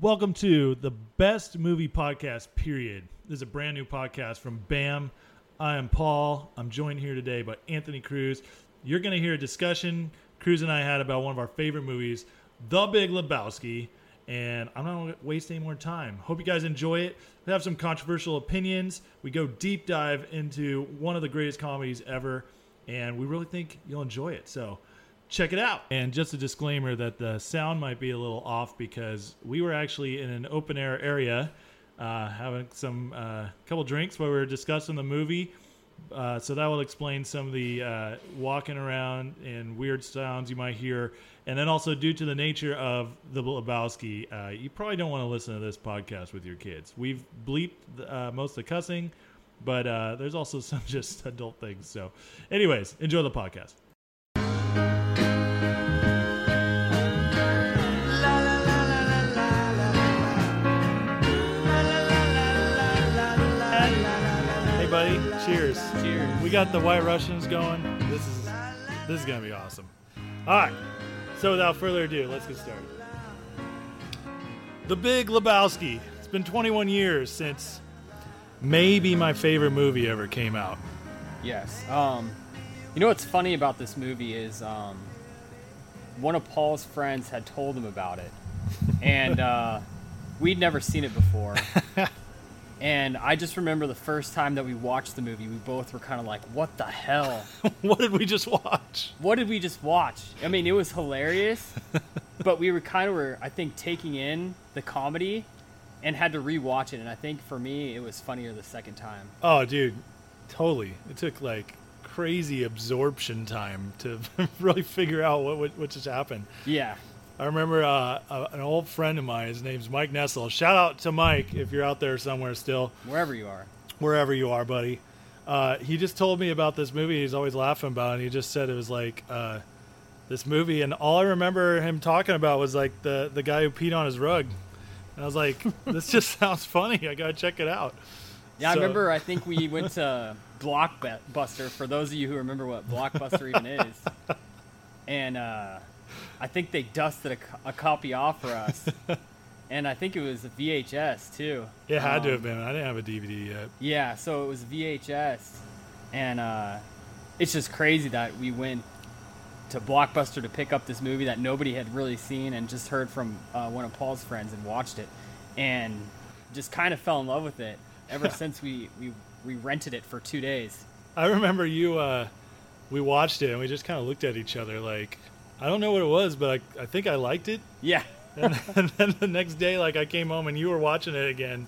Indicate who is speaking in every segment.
Speaker 1: Welcome to the best movie podcast, period. This is a brand new podcast from BAM. I am Paul. I'm joined here today by Anthony Cruz. You're going to hear a discussion Cruz and I had about one of our favorite movies, The Big Lebowski. And I'm not going to waste any more time. Hope you guys enjoy it. We have some controversial opinions. We go deep dive into one of the greatest comedies ever. And we really think you'll enjoy it. So check it out. And just a disclaimer that the sound might be a little off because we were actually in an open air area uh, having some uh, couple drinks while we were discussing the movie. Uh, so that will explain some of the uh, walking around and weird sounds you might hear. And then also, due to the nature of the Lebowski, uh, you probably don't want to listen to this podcast with your kids. We've bleeped uh, most of the cussing, but uh, there's also some just adult things. So, anyways, enjoy the podcast. Hey, buddy. Cheers.
Speaker 2: Cheers.
Speaker 1: We got the White Russians going. This is this is gonna be awesome. All right. So without further ado, let's get started. The Big Lebowski. It's been 21 years since maybe my favorite movie ever came out.
Speaker 2: Yes. Um, you know what's funny about this movie is um, one of Paul's friends had told him about it, and uh, we'd never seen it before. and I just remember the first time that we watched the movie, we both were kind of like, "What the hell?
Speaker 1: what did we just watch?
Speaker 2: What did we just watch?" I mean, it was hilarious, but we were kind of were I think taking in the comedy. And had to rewatch it, and I think for me it was funnier the second time.
Speaker 1: Oh, dude, totally. It took like crazy absorption time to really figure out what what, what just happened.
Speaker 2: Yeah,
Speaker 1: I remember uh, a, an old friend of mine. His name's Mike Nessel. Shout out to Mike if you're out there somewhere still,
Speaker 2: wherever you are.
Speaker 1: wherever you are, buddy. Uh, he just told me about this movie. He's always laughing about, it, and he just said it was like uh, this movie. And all I remember him talking about was like the the guy who peed on his rug. And I was like, this just sounds funny. I gotta check it out.
Speaker 2: Yeah,
Speaker 1: So-
Speaker 2: I remember. I think we went to Blockbuster. For those of you who remember what Blockbuster even is, and uh, I think they dusted a, co- a copy off for us, and I think it was a VHS too.
Speaker 1: It had to
Speaker 2: Um,
Speaker 1: have been. I didn't have a DVD yet.
Speaker 2: Yeah, so it was VHS, and uh, it's just crazy that we went to Blockbuster to pick up this movie that nobody had really seen and just heard from uh, one of Paul's friends and watched it, and just kind of fell in love with it. Ever since we we we rented it for two days.
Speaker 1: I remember you. Uh, we watched it and we just kind of looked at each other like, I don't know what it was, but I, I think I liked it.
Speaker 2: Yeah.
Speaker 1: and, and then the next day, like I came home and you were watching it again,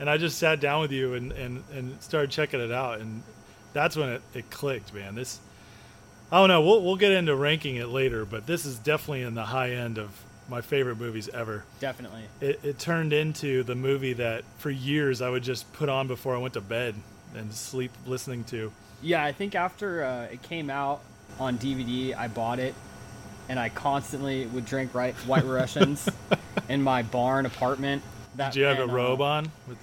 Speaker 1: and I just sat down with you and and and started checking it out, and that's when it, it clicked, man. This, I don't know. We'll we'll get into ranking it later, but this is definitely in the high end of my favorite movies ever.
Speaker 2: Definitely.
Speaker 1: It, it turned into the movie that for years I would just put on before I went to bed and sleep listening to.
Speaker 2: Yeah, I think after uh, it came out on DVD, I bought it, and I constantly would drink right, White Russians in my barn apartment. That,
Speaker 1: Did you have
Speaker 2: and,
Speaker 1: a robe
Speaker 2: uh,
Speaker 1: on with,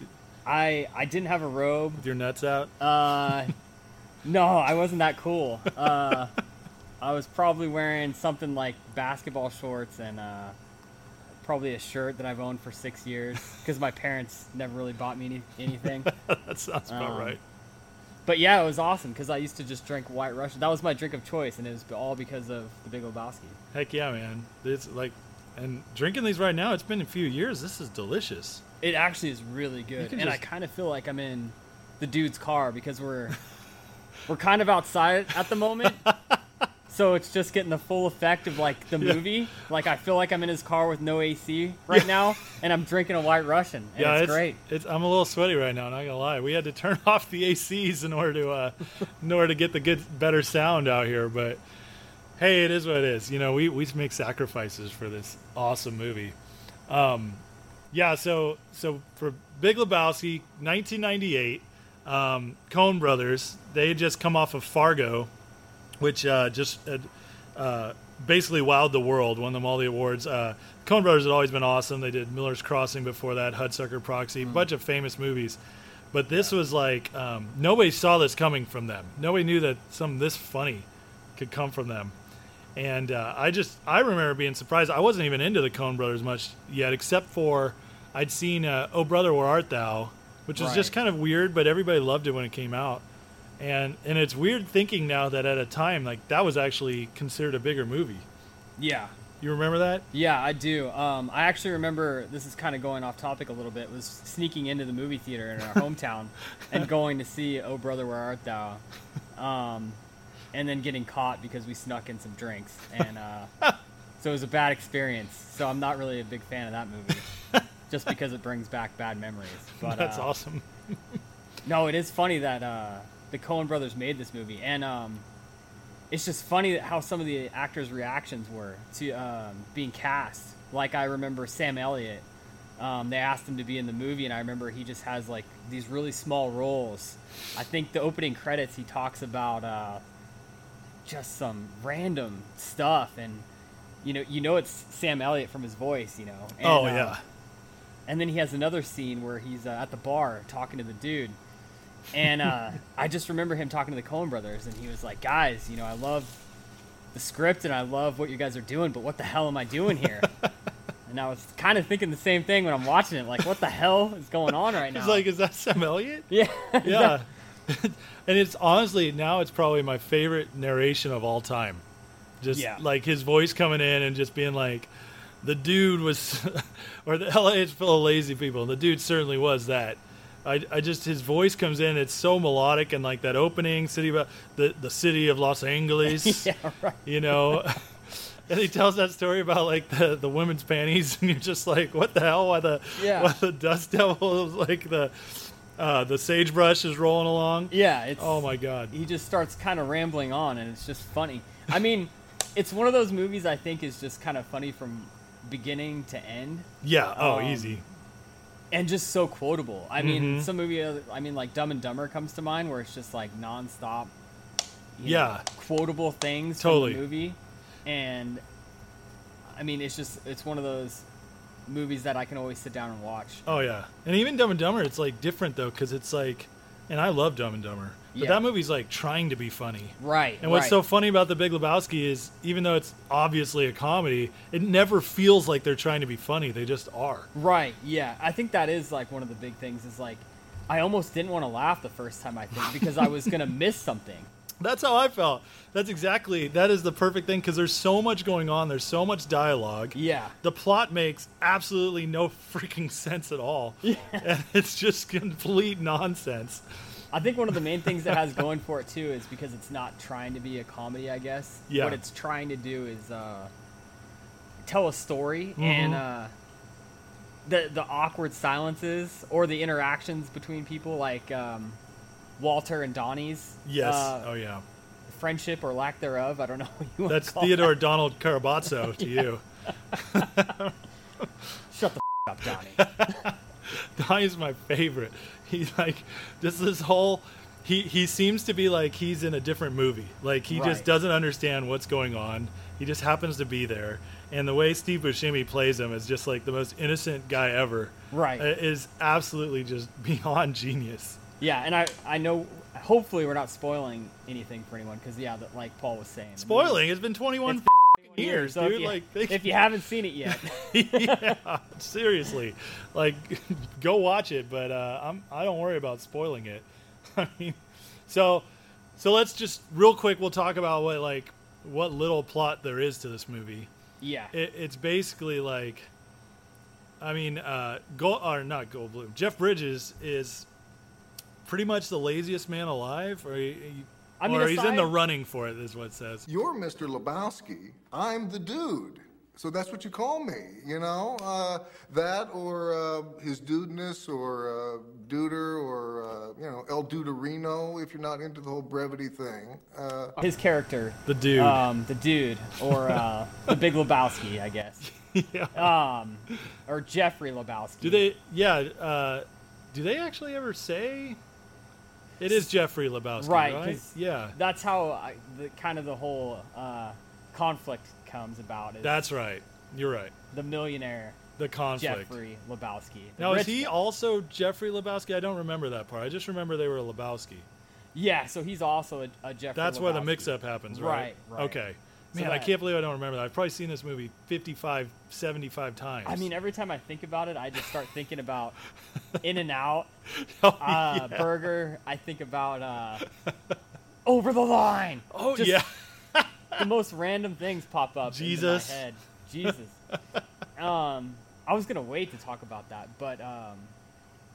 Speaker 2: I I didn't have a robe.
Speaker 1: with your nuts out?
Speaker 2: Uh, no, I wasn't that cool. Uh, I was probably wearing something like basketball shorts and uh, probably a shirt that I've owned for six years because my parents never really bought me any, anything.
Speaker 1: that sounds about
Speaker 2: um,
Speaker 1: right.
Speaker 2: But yeah, it was awesome because I used to just drink White Russian. That was my drink of choice, and it was all because of the Big Lebowski.
Speaker 1: Heck yeah, man. It's like, and drinking these right now, it's been a few years. This is delicious.
Speaker 2: It actually is really
Speaker 1: You
Speaker 2: good,
Speaker 1: can
Speaker 2: and I
Speaker 1: just-
Speaker 2: kind of feel like I'm in the dude's car because we're we're kind of outside at the moment. So it's just getting the full effect of like the movie. Like I feel like I'm in his car with no AC right now, and I'm drinking a White Russian. And
Speaker 1: yeah,
Speaker 2: it's, great.
Speaker 1: It's, I'm a little sweaty right now, not gonna lie. We had to turn off the ACs in order to, uh, in order to get the good, better sound out here. But hey, it is what it is. You know, we we make sacrifices for this awesome movie. Um, yeah. So so for Big Lebowski, 1998, um, Coen Brothers. They had just come off of Fargo, which uh, just uh, uh, basically wowed the world, won them all the awards. Uh, Coen Brothers had always been awesome. They did Miller's Crossing before that, Hudsucker Proxy, bunch of famous movies. But this was like um, nobody saw this coming from them. Nobody knew that something this funny could come from them. And uh, I just I remember being surprised. I wasn't even into the Coen Brothers much yet, except for I'd seen uh, "Oh Brother, Where Art Thou," which was just
Speaker 2: Right.
Speaker 1: kind of weird, but everybody loved it when it came out. And and it's weird thinking now that at a time like that was actually considered a bigger movie.
Speaker 2: Yeah.
Speaker 1: You remember that?
Speaker 2: Yeah, I do. Um, I actually remember this is kind of going off topic a little bit. Was sneaking into the movie theater in our hometown and going to see "Oh Brother, Where Art Thou," um, and then getting caught because we snuck in some drinks, and uh, so it was a bad experience. So I'm not really a big fan of that movie, just because it brings back bad memories. But
Speaker 1: That's
Speaker 2: uh,
Speaker 1: awesome.
Speaker 2: no, it is funny that uh, the Coen Brothers made this movie, and um, it's just funny that how some of the actors' reactions were to um, being cast. Like I remember Sam Elliott, um, they asked him to be in the movie, and I remember he just has like these really small roles. I think the opening credits he talks about uh, just some random stuff, and you know, you know, it's Sam Elliott from his voice, you know. And,
Speaker 1: oh
Speaker 2: uh,
Speaker 1: yeah.
Speaker 2: and then he has another scene where he's uh, at the bar talking to the dude. And uh, I just remember him talking to the Coen brothers, and he was like, guys, you know, I love the script and I love what you guys are doing, but what the hell am I doing here? and I was kind of thinking the same thing when I'm watching it. Like, what the hell is going on right now?
Speaker 1: It's like, is that Sam Elliott?
Speaker 2: yeah.
Speaker 1: yeah. and it's honestly now it's probably my favorite narration of all time. Just
Speaker 2: Yeah.
Speaker 1: like his voice coming in and just being like, the dude was, or the LA is full of lazy people. And the dude certainly was that. I, I just his voice comes in. It's so melodic and like that opening city of the the city of Los Angeles.
Speaker 2: yeah, right.
Speaker 1: You know. And he tells that story about like the, the women's panties, and you're just like, what the hell? Why the
Speaker 2: Yeah.
Speaker 1: why the dust devil is like the uh, the sagebrush is rolling along.
Speaker 2: Yeah. It's,
Speaker 1: Oh my god.
Speaker 2: he just starts kind of rambling on and it's just funny i mean it's one of those movies i think is just kind of funny from beginning to end
Speaker 1: Yeah. Oh,
Speaker 2: Um,
Speaker 1: easy.
Speaker 2: and just so quotable i mean
Speaker 1: Mm-hmm.
Speaker 2: some movie i mean like dumb and dumber comes to mind where it's just like nonstop, you know,
Speaker 1: Yeah.
Speaker 2: quotable things
Speaker 1: Totally.
Speaker 2: from the movie and i mean it's just it's one of those movies that i can always sit down and watch
Speaker 1: Oh yeah. And even Dumb and Dumber, it's like different though, because it's like, and I love Dumb and Dumber, but
Speaker 2: Yeah.
Speaker 1: that movie's like trying to be funny.
Speaker 2: right
Speaker 1: And what's
Speaker 2: right.
Speaker 1: so funny about The Big Lebowski is, even though it's obviously a comedy, it never feels like they're trying to be funny. They just are.
Speaker 2: Right. Yeah. I think that is like one of the big things is like I almost didn't want to laugh the first time I think because I was going to miss something.
Speaker 1: That's how I felt. That's exactly. That is the perfect thing because there's so much going on. There's so much dialogue.
Speaker 2: Yeah.
Speaker 1: the plot makes absolutely no freaking sense at all. And it's just complete nonsense.
Speaker 2: I think one of the main things that has going for it too is because it's not trying to be a comedy, I guess.
Speaker 1: Yeah.
Speaker 2: What it's trying to do is uh, tell a story
Speaker 1: Mm-hmm.
Speaker 2: and uh, the the awkward silences or the interactions between people like um, Walter and Donnie's
Speaker 1: Yes.
Speaker 2: uh,
Speaker 1: oh yeah.
Speaker 2: friendship or lack thereof. I don't know what you want
Speaker 1: That's
Speaker 2: to call
Speaker 1: Theodore Donald Carabazzo to you.
Speaker 2: Shut the f- up, Donnie.
Speaker 1: Donnie's my favorite. He like just this whole he he seems to be like he's in a different movie. Like he just
Speaker 2: Right.
Speaker 1: doesn't understand what's going on. He just happens to be there. And the way Steve Buscemi plays him is just like the most innocent guy ever.
Speaker 2: Right.
Speaker 1: It Is absolutely just beyond genius.
Speaker 2: Yeah, and I I know. Hopefully, we're not spoiling anything for anyone because yeah, that, like Paul was saying,
Speaker 1: Spoiling. It's been 21
Speaker 2: It's
Speaker 1: f***ing years,
Speaker 2: so if
Speaker 1: dude.
Speaker 2: you-
Speaker 1: like they,
Speaker 2: if you haven't seen it yet,
Speaker 1: yeah, seriously, like go watch it. But uh, I'm I don't worry about spoiling it. I mean, so so let's just real quick. We'll talk about what like what little plot there is to this movie.
Speaker 2: yeah,
Speaker 1: It, it's basically like, I mean, uh, Gold or not Goldblum. Jeff Bridges is pretty much the laziest man alive, or he, he-
Speaker 2: I mean,
Speaker 1: or he's in the
Speaker 2: aside-
Speaker 1: running for it. Is what it says.
Speaker 3: You're Mr. Lebowski. I'm the dude. So that's what you call me, you know? Uh, that or uh, his dudeness or uh, duder or, uh, you know, El Duderino if you're not into the whole brevity thing. Uh,
Speaker 2: his character,
Speaker 1: The dude.
Speaker 2: um, the dude, or uh, the Big Lebowski, I guess,
Speaker 1: yeah.
Speaker 2: um, or Jeffrey Lebowski.
Speaker 1: Do they? Yeah. Uh, do they actually ever say? It is Jeffrey Lebowski, right?
Speaker 2: Right, 'cause
Speaker 1: Yeah,
Speaker 2: That's how I, the kind of the whole uh, conflict comes about. Is
Speaker 1: that's right. You're right.
Speaker 2: the millionaire
Speaker 1: The conflict.
Speaker 2: Jeffrey Lebowski. the
Speaker 1: Now is
Speaker 2: rich
Speaker 1: he
Speaker 2: guy.
Speaker 1: also Jeffrey Lebowski? I don't remember that part. I just remember they were Lebowski.
Speaker 2: Yeah, so he's also a, a Jeffrey.
Speaker 1: That's where the
Speaker 2: Lebowski.
Speaker 1: mix-up happens, right?
Speaker 2: Right, right.
Speaker 1: Okay. Man,
Speaker 2: So
Speaker 1: I
Speaker 2: that-
Speaker 1: can't believe I don't remember that. I've probably seen this movie 55, 75 times.
Speaker 2: I mean, every time I think about it, I just start thinking about In and Out
Speaker 1: Oh,
Speaker 2: uh, Burger. I think about uh, Over the Line.
Speaker 1: oh
Speaker 2: Just
Speaker 1: yeah.
Speaker 2: the most random things pop up.
Speaker 1: Jesus.
Speaker 2: In my head. Jesus. um, I was gonna wait to talk about that, but um,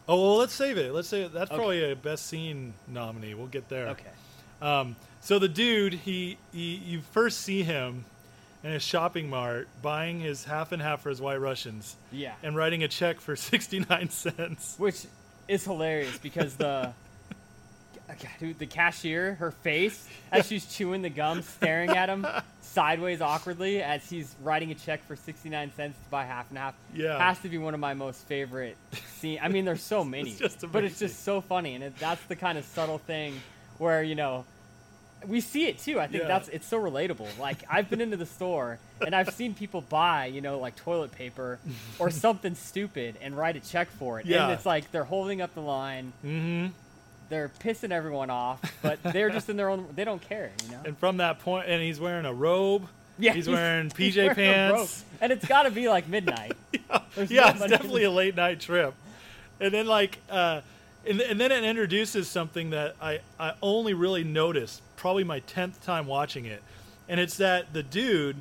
Speaker 1: Oh, well, let's save it. Let's save it. That's
Speaker 2: Okay.
Speaker 1: probably a best scene nominee. We'll get there.
Speaker 2: okay.
Speaker 1: Um, so the dude, he, he, you first see him in a shopping mart buying his half and half for his White Russians
Speaker 2: Yeah.
Speaker 1: and writing a check for 69 cents.
Speaker 2: Which is hilarious because the God, dude, the cashier, her face as she's chewing the gum, staring at him sideways awkwardly as he's writing a check for sixty nine cents to buy half and half.
Speaker 1: Yeah.
Speaker 2: has to be one of my most favorite scenes. I mean, there's so many,
Speaker 1: just
Speaker 2: but it's
Speaker 1: amazing.
Speaker 2: just so funny, and it, that's the kind of subtle thing where you know we see it too. I think
Speaker 1: Yeah.
Speaker 2: that's it's so relatable. Like I've been into the store and I've seen people buy, you know, like toilet paper or something stupid and write a check for it.
Speaker 1: Yeah.
Speaker 2: And it's like they're holding up the line. Mm-hmm. They're pissing everyone off, but they're just in their own. They don't care, you know.
Speaker 1: And from that point, and he's wearing a robe. he's, wearing PJ
Speaker 2: he's wearing a
Speaker 1: pants.
Speaker 2: robe. and it's got to be like midnight. There's
Speaker 1: yeah, it's
Speaker 2: nobody-
Speaker 1: definitely a late night trip. And then like, uh, and, th- and then it introduces something that I, I only really noticed probably my tenth time watching it, and it's that the dude,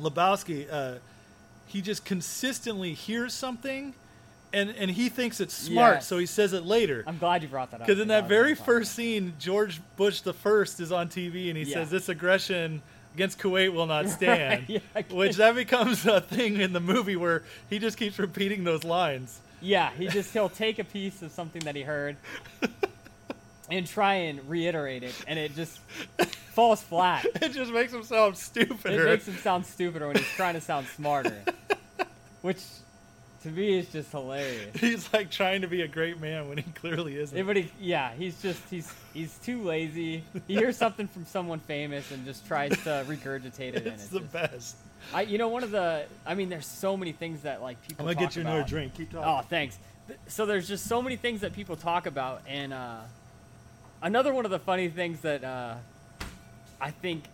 Speaker 1: Lebowski, uh, he just consistently hears something, and and he thinks it's smart,
Speaker 2: Yes.
Speaker 1: so he says it later.
Speaker 2: I'm glad you brought that up.
Speaker 1: Because in
Speaker 2: because
Speaker 1: that
Speaker 2: I was gonna
Speaker 1: very
Speaker 2: talk about
Speaker 1: first scene, George Bush the first is on TV and he
Speaker 2: Yeah.
Speaker 1: says this aggression against Kuwait will not stand,
Speaker 2: yeah, I
Speaker 1: which that becomes a thing in the movie where he just keeps repeating those lines.
Speaker 2: Yeah, he just he'll take a piece of something that he heard and try and reiterate it, and it just falls flat.
Speaker 1: It just makes him sound
Speaker 2: It
Speaker 1: stupider.
Speaker 2: makes him sound stupider when he's trying to sound smarter, which to me is just hilarious.
Speaker 1: He's like trying to be a great man when he clearly isn't.
Speaker 2: Everybody, yeah, he's just he's he's too lazy. He hears something from someone famous and just tries to regurgitate it. and
Speaker 1: it's
Speaker 2: it's
Speaker 1: the
Speaker 2: just-
Speaker 1: best.
Speaker 2: I, you know, one of the, I mean, there's so many things that like people.
Speaker 1: I'm gonna
Speaker 2: talk
Speaker 1: get you
Speaker 2: about.
Speaker 1: another drink. Keep
Speaker 2: Oh,
Speaker 1: talking.
Speaker 2: thanks. Th- So there's just so many things that people talk about, and uh, another one of the funny things that uh, I think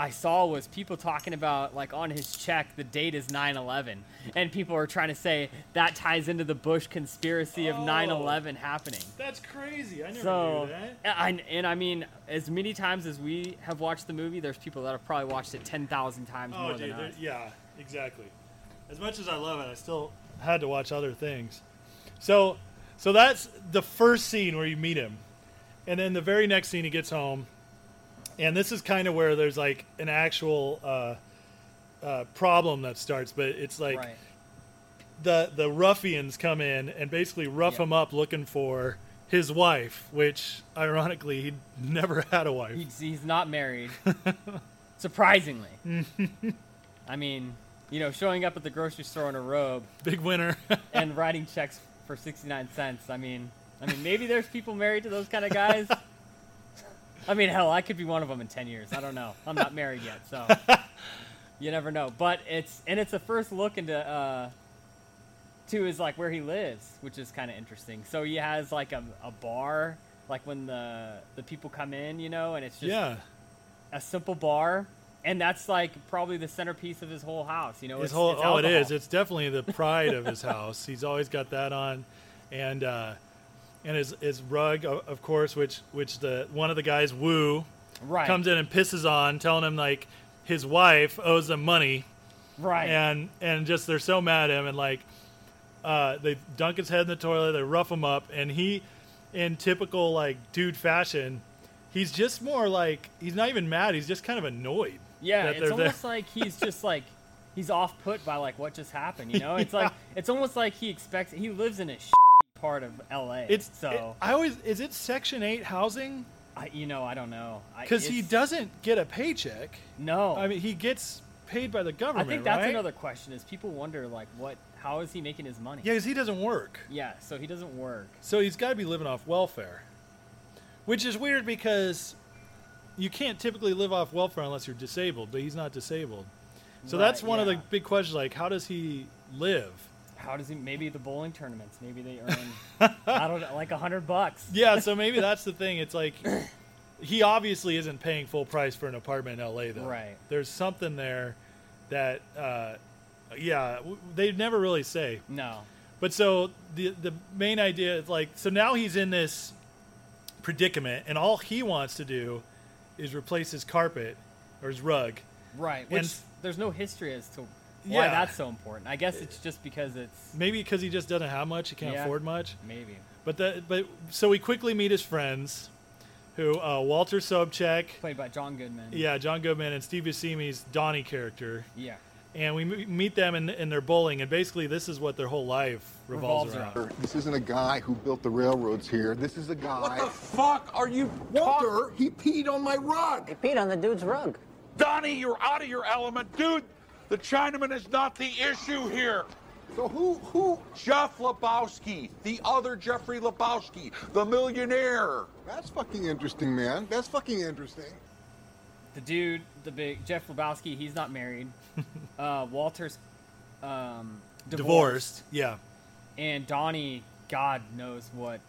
Speaker 2: I saw was people talking about like on his check the date is 9/11, and people are trying to say that ties into the Bush conspiracy of
Speaker 1: Oh.
Speaker 2: 9/11 happening.
Speaker 1: That's crazy. I never
Speaker 2: Oh, So,
Speaker 1: knew that.
Speaker 2: and, and I mean, as many times as we have watched the movie, there's people that have probably watched it 10,000 times
Speaker 1: Oh,
Speaker 2: more
Speaker 1: dude.
Speaker 2: than us.
Speaker 1: there- Yeah, exactly. As much as I love it, I still had to watch other things. So, so that's the first scene where you meet him, and then the very next scene he gets home, and this is kind of where there's like an actual uh, uh, problem that starts. But it's like
Speaker 2: right.
Speaker 1: the the ruffians come in and basically rough
Speaker 2: Yeah.
Speaker 1: him up looking for his wife, which ironically he never had a wife.
Speaker 2: He's, he's not married, surprisingly. I mean, you know, showing up at the grocery store in a robe
Speaker 1: Big winner.
Speaker 2: and writing checks for 69 cents. I mean, I mean, maybe there's people married to those kind of guys. I mean, hell, I could be one of them in 10 years. I don't know. I'm not married yet, so you never know. But it's and it's a first look into uh to is like where he lives, which is kind of interesting. So he has like a, a bar like when the the people come in, you know, and it's just
Speaker 1: yeah,
Speaker 2: a simple bar, and that's like probably the centerpiece of his whole house. You know,
Speaker 1: His
Speaker 2: it's,
Speaker 1: whole
Speaker 2: it's
Speaker 1: oh, it is.
Speaker 2: alcohol.
Speaker 1: It's definitely the pride of his house. He's always got that on, and uh, and his his rug, o- of course, which which the one of the guys woo
Speaker 2: right,
Speaker 1: comes in and pisses on, telling him like his wife owes him money,
Speaker 2: right,
Speaker 1: and and just they're so mad at him, and like uh, they dunk his head in the toilet, they rough him up, and he, in typical like dude fashion, he's just more like he's not even mad. He's just kind of annoyed.
Speaker 2: yeah.
Speaker 1: that
Speaker 2: It's
Speaker 1: they're there.
Speaker 2: almost like he's just like he's off put by like what just happened. You know, it's like it's almost like he expects he lives in a shitty part of L.A.
Speaker 1: It's
Speaker 2: so
Speaker 1: it- I always is it Section Eight housing
Speaker 2: I, you know I don't know I-
Speaker 1: because he
Speaker 2: it's-
Speaker 1: doesn't get a paycheck.
Speaker 2: no.
Speaker 1: I mean, he gets paid by the
Speaker 2: I
Speaker 1: government.
Speaker 2: think that's
Speaker 1: right?
Speaker 2: another question is people wonder like what how is he making his money?
Speaker 1: Yeah, 'cause he doesn't work,
Speaker 2: Yeah, so he doesn't work.
Speaker 1: so he's got to be living off welfare, which is weird because you can't typically live off welfare unless you're disabled. But he's not disabled, so
Speaker 2: Right,
Speaker 1: that's one of the
Speaker 2: yeah.
Speaker 1: big questions. Like, how does he live?
Speaker 2: How does he? Maybe the bowling tournaments. Maybe they earn I don't know, like a hundred bucks.
Speaker 1: Yeah, so maybe that's the thing. It's like he obviously isn't paying full price for an apartment in LA though.
Speaker 2: Right.
Speaker 1: There's something there that uh, yeah, w- they never really say.
Speaker 2: No.
Speaker 1: But so the the main idea is like so now he's in this predicament and all he wants to do is replace his carpet or his rug.
Speaker 2: Right. Which
Speaker 1: And-
Speaker 2: there's no history as to why
Speaker 1: Yeah.
Speaker 2: that's so important. I guess it's just because it's
Speaker 1: Maybe because he just doesn't have much, he can't
Speaker 2: Yeah.
Speaker 1: afford much.
Speaker 2: maybe.
Speaker 1: But the but so we quickly meet his friends, who uh, Walter Sobchak,
Speaker 2: Played by John Goodman.
Speaker 1: yeah, John Goodman, and Steve Buscemi's Donnie character,
Speaker 2: Yeah.
Speaker 1: and we m- meet them in, in their bowling, and basically this is what their whole life revolves,
Speaker 2: Revolves
Speaker 1: around.
Speaker 2: around.
Speaker 3: This isn't a guy who built the railroads here. This is a guy.
Speaker 4: What the fuck are you talking?
Speaker 3: Walter, he peed on my rug.
Speaker 5: He peed on the dude's rug.
Speaker 4: Donnie, you're out of your element. Dude, the Chinaman is not the issue here.
Speaker 3: So who who
Speaker 4: Jeff Lebowski, the other Jeffrey Lebowski, the millionaire.
Speaker 3: That's fucking interesting, man. That's fucking interesting.
Speaker 2: The dude, the big Jeff Lebowski, he's not married. uh, Walter's um,
Speaker 1: Divorced, yeah,
Speaker 2: and Donnie, God knows what.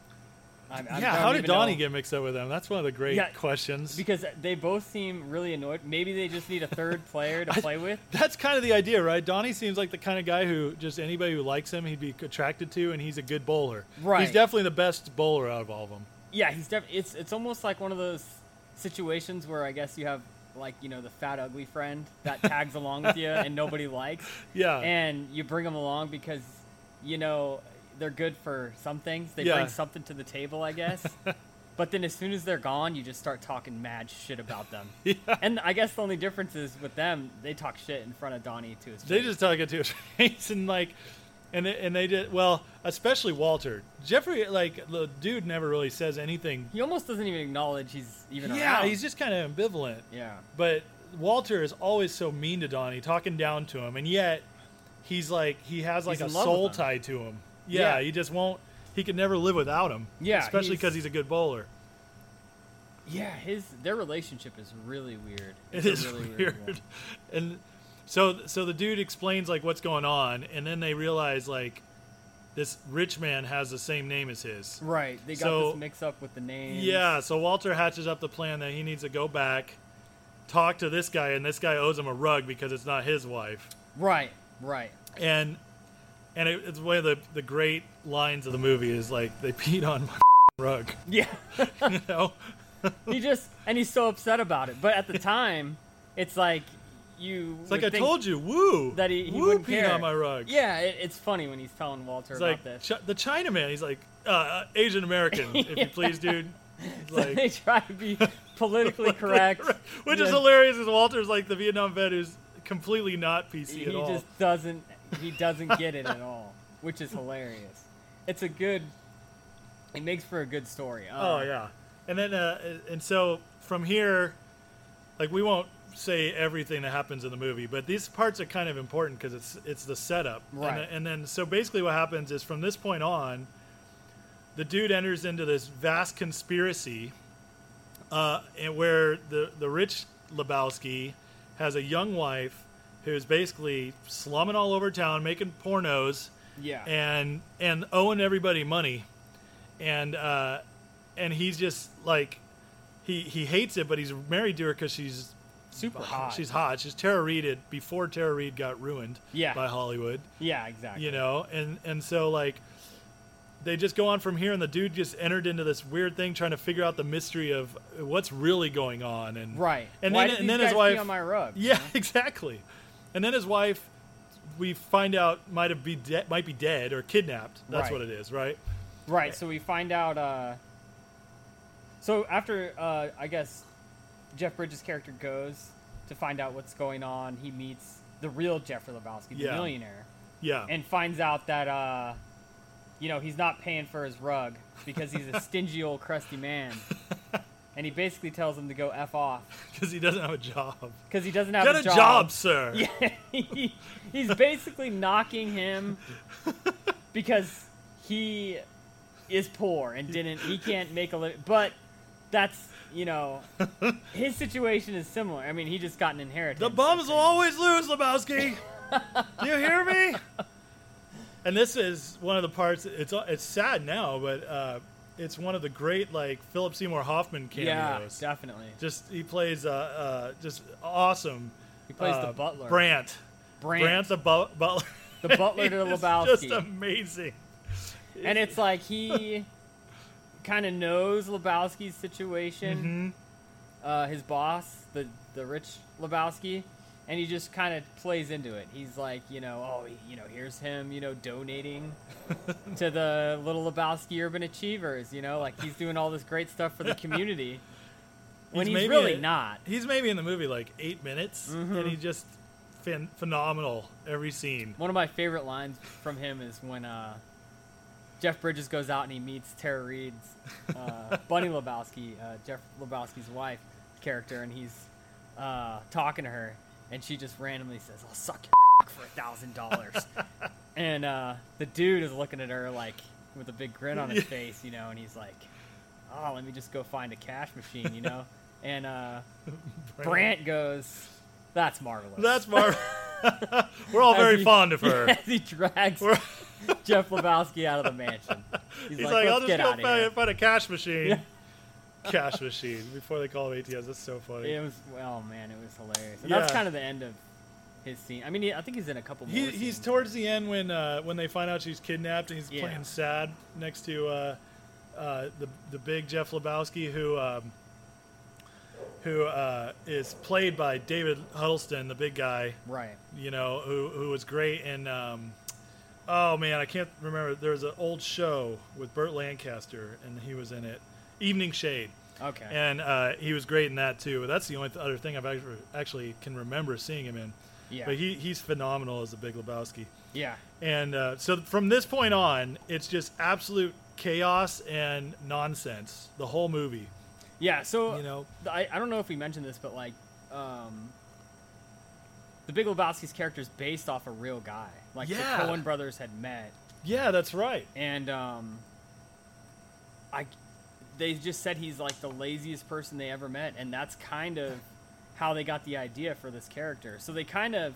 Speaker 2: I,
Speaker 1: yeah.
Speaker 2: I don't
Speaker 1: How did
Speaker 2: even
Speaker 1: Donnie
Speaker 2: know.
Speaker 1: get mixed up with them? That's one of the great
Speaker 2: Yeah,
Speaker 1: questions.
Speaker 2: Because they both seem really annoyed. Maybe they just need a third player to play with.
Speaker 1: That's kind of the idea, right? Donnie seems like the kind of guy who just anybody who likes him, he'd be attracted to, and he's a good bowler. He's
Speaker 2: Right.
Speaker 1: definitely the best bowler out of all of them.
Speaker 2: Yeah, he's def- it's it's almost like one of those situations where I guess you have like you know the fat ugly friend that tags along with you and nobody likes,
Speaker 1: Yeah.
Speaker 2: and you bring them along because you know they're good for some things. They
Speaker 1: Yeah.
Speaker 2: bring something to the table, I guess. but then as soon as they're gone, you just start talking mad shit about them. And I guess the only difference is with them, they talk shit in front of Donnie to his
Speaker 1: They
Speaker 2: face.
Speaker 1: just talk it to his face and like, and they, and they did well, especially Walter Jeffrey. Like the dude never really says anything.
Speaker 2: he almost doesn't even acknowledge he's even
Speaker 1: Yeah,
Speaker 2: around.
Speaker 1: he's just kind of ambivalent.
Speaker 2: yeah.
Speaker 1: But Walter is always so mean to Donnie, talking down to him, and yet he's like he has like
Speaker 2: He's
Speaker 1: a
Speaker 2: in love
Speaker 1: soul
Speaker 2: with him.
Speaker 1: tie to him. Yeah,
Speaker 2: Yeah.
Speaker 1: he just won't. He could never live without him.
Speaker 2: Yeah,
Speaker 1: especially
Speaker 2: he's-
Speaker 1: because he's a good bowler.
Speaker 2: Yeah, his their relationship is really weird.
Speaker 1: It
Speaker 2: It's a
Speaker 1: is
Speaker 2: really
Speaker 1: weird.
Speaker 2: one.
Speaker 1: and so so the dude explains like what's going on, and then they realize like this rich man has the same name as his.
Speaker 2: Right, they got
Speaker 1: So-
Speaker 2: this mix up with the names.
Speaker 1: Yeah, so Walter hatches up the plan that he needs to go back, talk to this guy, and this guy owes him a rug because it's not his wife.
Speaker 2: Right, right.
Speaker 1: And and it, it's one of the, the great lines of the movie is like they peed on my rug.
Speaker 2: Yeah.
Speaker 1: You know?
Speaker 2: he just and he's so upset about it. But at the time, it's like you
Speaker 1: It's like I told you, woo,
Speaker 2: that he, he
Speaker 1: woo
Speaker 2: wouldn't
Speaker 1: peed
Speaker 2: care.
Speaker 1: on my rug.
Speaker 2: Yeah, it, it's funny when he's telling Walter
Speaker 1: It's
Speaker 2: about
Speaker 1: like
Speaker 2: this.
Speaker 1: Ch- the Chinaman. He's like uh, uh, Asian American, if you please, dude. He's
Speaker 2: So they
Speaker 1: Like,
Speaker 2: try to be politically correct,
Speaker 1: which is
Speaker 2: Yeah.
Speaker 1: hilarious. Is Walter's like the Vietnam vet who's completely not PC
Speaker 2: He
Speaker 1: at all.
Speaker 2: just doesn't he doesn't get it at all, which is hilarious. It's a good it makes for a good story. Uh,
Speaker 1: Oh yeah, and then uh, and so from here, like we won't say everything that happens in the movie, but these parts are kind of important because it's it's the setup, And
Speaker 2: Right.
Speaker 1: then- And, then so basically what happens is from this point on, the dude enters into this vast conspiracy, uh, and where the the rich Lebowski has a young wife who's basically slumming all over town, making pornos
Speaker 2: yeah.
Speaker 1: and and owing everybody money, and uh, and he's just like he he hates it, but he's married to her because she's
Speaker 2: super hot.
Speaker 1: she's hot. She's Tara Reid it before Tara Reid got ruined
Speaker 2: Yeah.
Speaker 1: by Hollywood,
Speaker 2: yeah, exactly.
Speaker 1: you know, and and so like they just go on from here, and the dude just entered into this weird thing trying to figure out the mystery of what's really going on, and
Speaker 2: Right.
Speaker 1: and
Speaker 2: Why
Speaker 1: then
Speaker 2: did
Speaker 1: and
Speaker 2: these
Speaker 1: then his
Speaker 2: guys pee
Speaker 1: wife
Speaker 2: on my rug?
Speaker 1: yeah, exactly. And then his wife, we find out might have be de- might be dead or kidnapped. That's
Speaker 2: Right.
Speaker 1: what it is, right?
Speaker 2: Right. So we find out. Uh, so after uh, I guess Jeff Bridges' character goes to find out what's going on, he meets the real Jeffrey Lebowski, the
Speaker 1: Yeah.
Speaker 2: millionaire,
Speaker 1: Yeah,
Speaker 2: and finds out that uh, you know he's not paying for his rug because he's a stingy old crusty man. And he basically tells him to go f off
Speaker 1: because he doesn't have a job.
Speaker 2: because he doesn't have
Speaker 1: Get
Speaker 2: a job.
Speaker 1: sir.
Speaker 2: Yeah, he, he's basically knocking him because he is poor and didn't he can't make a living. But that's you know his situation is similar. I mean, he just got an inheritance.
Speaker 1: The bums will always lose, Lebowski. Do you hear me? And this is one of the parts. It's it's sad now, but uh, It's one of the great like Philip Seymour Hoffman
Speaker 2: yeah,
Speaker 1: cameos.
Speaker 2: definitely.
Speaker 1: Just he plays uh, uh just awesome.
Speaker 2: He plays
Speaker 1: uh,
Speaker 2: the butler.
Speaker 1: Brant.
Speaker 2: Brant.
Speaker 1: the bu- butler.
Speaker 2: The butler to
Speaker 1: It's
Speaker 2: Lebowski.
Speaker 1: Just amazing.
Speaker 2: and it's like he kind of knows Lebowski's situation, uh, his boss, the the rich Lebowski, and he just kind of plays into it. He's like, you know, oh, he- you know, here's him, you know, donating to the little Lebowski Urban Achievers. You know, like he's doing all this great stuff for the community. When he's,
Speaker 1: maybe
Speaker 2: really
Speaker 1: in-
Speaker 2: not,
Speaker 1: He's maybe in the movie like eight minutes,
Speaker 2: Mm-hmm.
Speaker 1: and he just phen- phenomenal every scene.
Speaker 2: One of my favorite lines from him is when uh, Jeff Bridges goes out and he meets Tara Reid's uh, Bunny Lebowski, uh, Jeff Lebowski's wife character, and he's uh, talking to her, and she just randomly says, "I'll suck your cock for a thousand dollars," and uh, the dude is looking at her like with a big grin on his face, you know, and he's like, "Oh, let me just go find a cash machine," you know, and uh, Brant goes, "That's marvelous."
Speaker 1: That's Marv. We're all very
Speaker 2: he-
Speaker 1: fond of her.
Speaker 2: As he drags
Speaker 1: We're-
Speaker 2: Jeff Lebowski out of the mansion. He's,
Speaker 1: He's
Speaker 2: like,
Speaker 1: like,
Speaker 2: let's
Speaker 1: I'll just
Speaker 2: get
Speaker 1: go
Speaker 2: out of
Speaker 1: find,
Speaker 2: here.
Speaker 1: find a cash machine. cash machine before they call him ATS. That's so funny.
Speaker 2: It was, well, man, it was hilarious. And that's
Speaker 1: Yeah.
Speaker 2: kind of the end of his scene. I mean, he, I think he's in a couple more.
Speaker 1: He, he's
Speaker 2: scenes.
Speaker 1: towards the end when uh, when they find out she's kidnapped and he's
Speaker 2: Yeah.
Speaker 1: playing sad next to uh, uh, the the big Jeff Lebowski who um, who uh, is played by David Huddleston, the big guy,
Speaker 2: right.
Speaker 1: you know, who who was great in um, oh man, I can't remember. There was an old show with Burt Lancaster and he was in it, Evening Shade.
Speaker 2: Okay.
Speaker 1: And uh, he was great in that too. That's the only th- other thing I've actually, actually can remember seeing him in.
Speaker 2: Yeah.
Speaker 1: But he, he's phenomenal as the Big Lebowski.
Speaker 2: yeah.
Speaker 1: And uh, so from this point on, it's just absolute chaos and nonsense. The whole movie.
Speaker 2: Yeah. So
Speaker 1: You know?
Speaker 2: th- I, I don't know if we mentioned this, but like, um, the Big Lebowski's character is based off a real guy. Like
Speaker 1: Yeah.
Speaker 2: the Coen brothers had met,
Speaker 1: Yeah, that's right.
Speaker 2: and um, I they just said he's like the laziest person they ever met, and that's kind of how they got the idea for this character. So they kind of,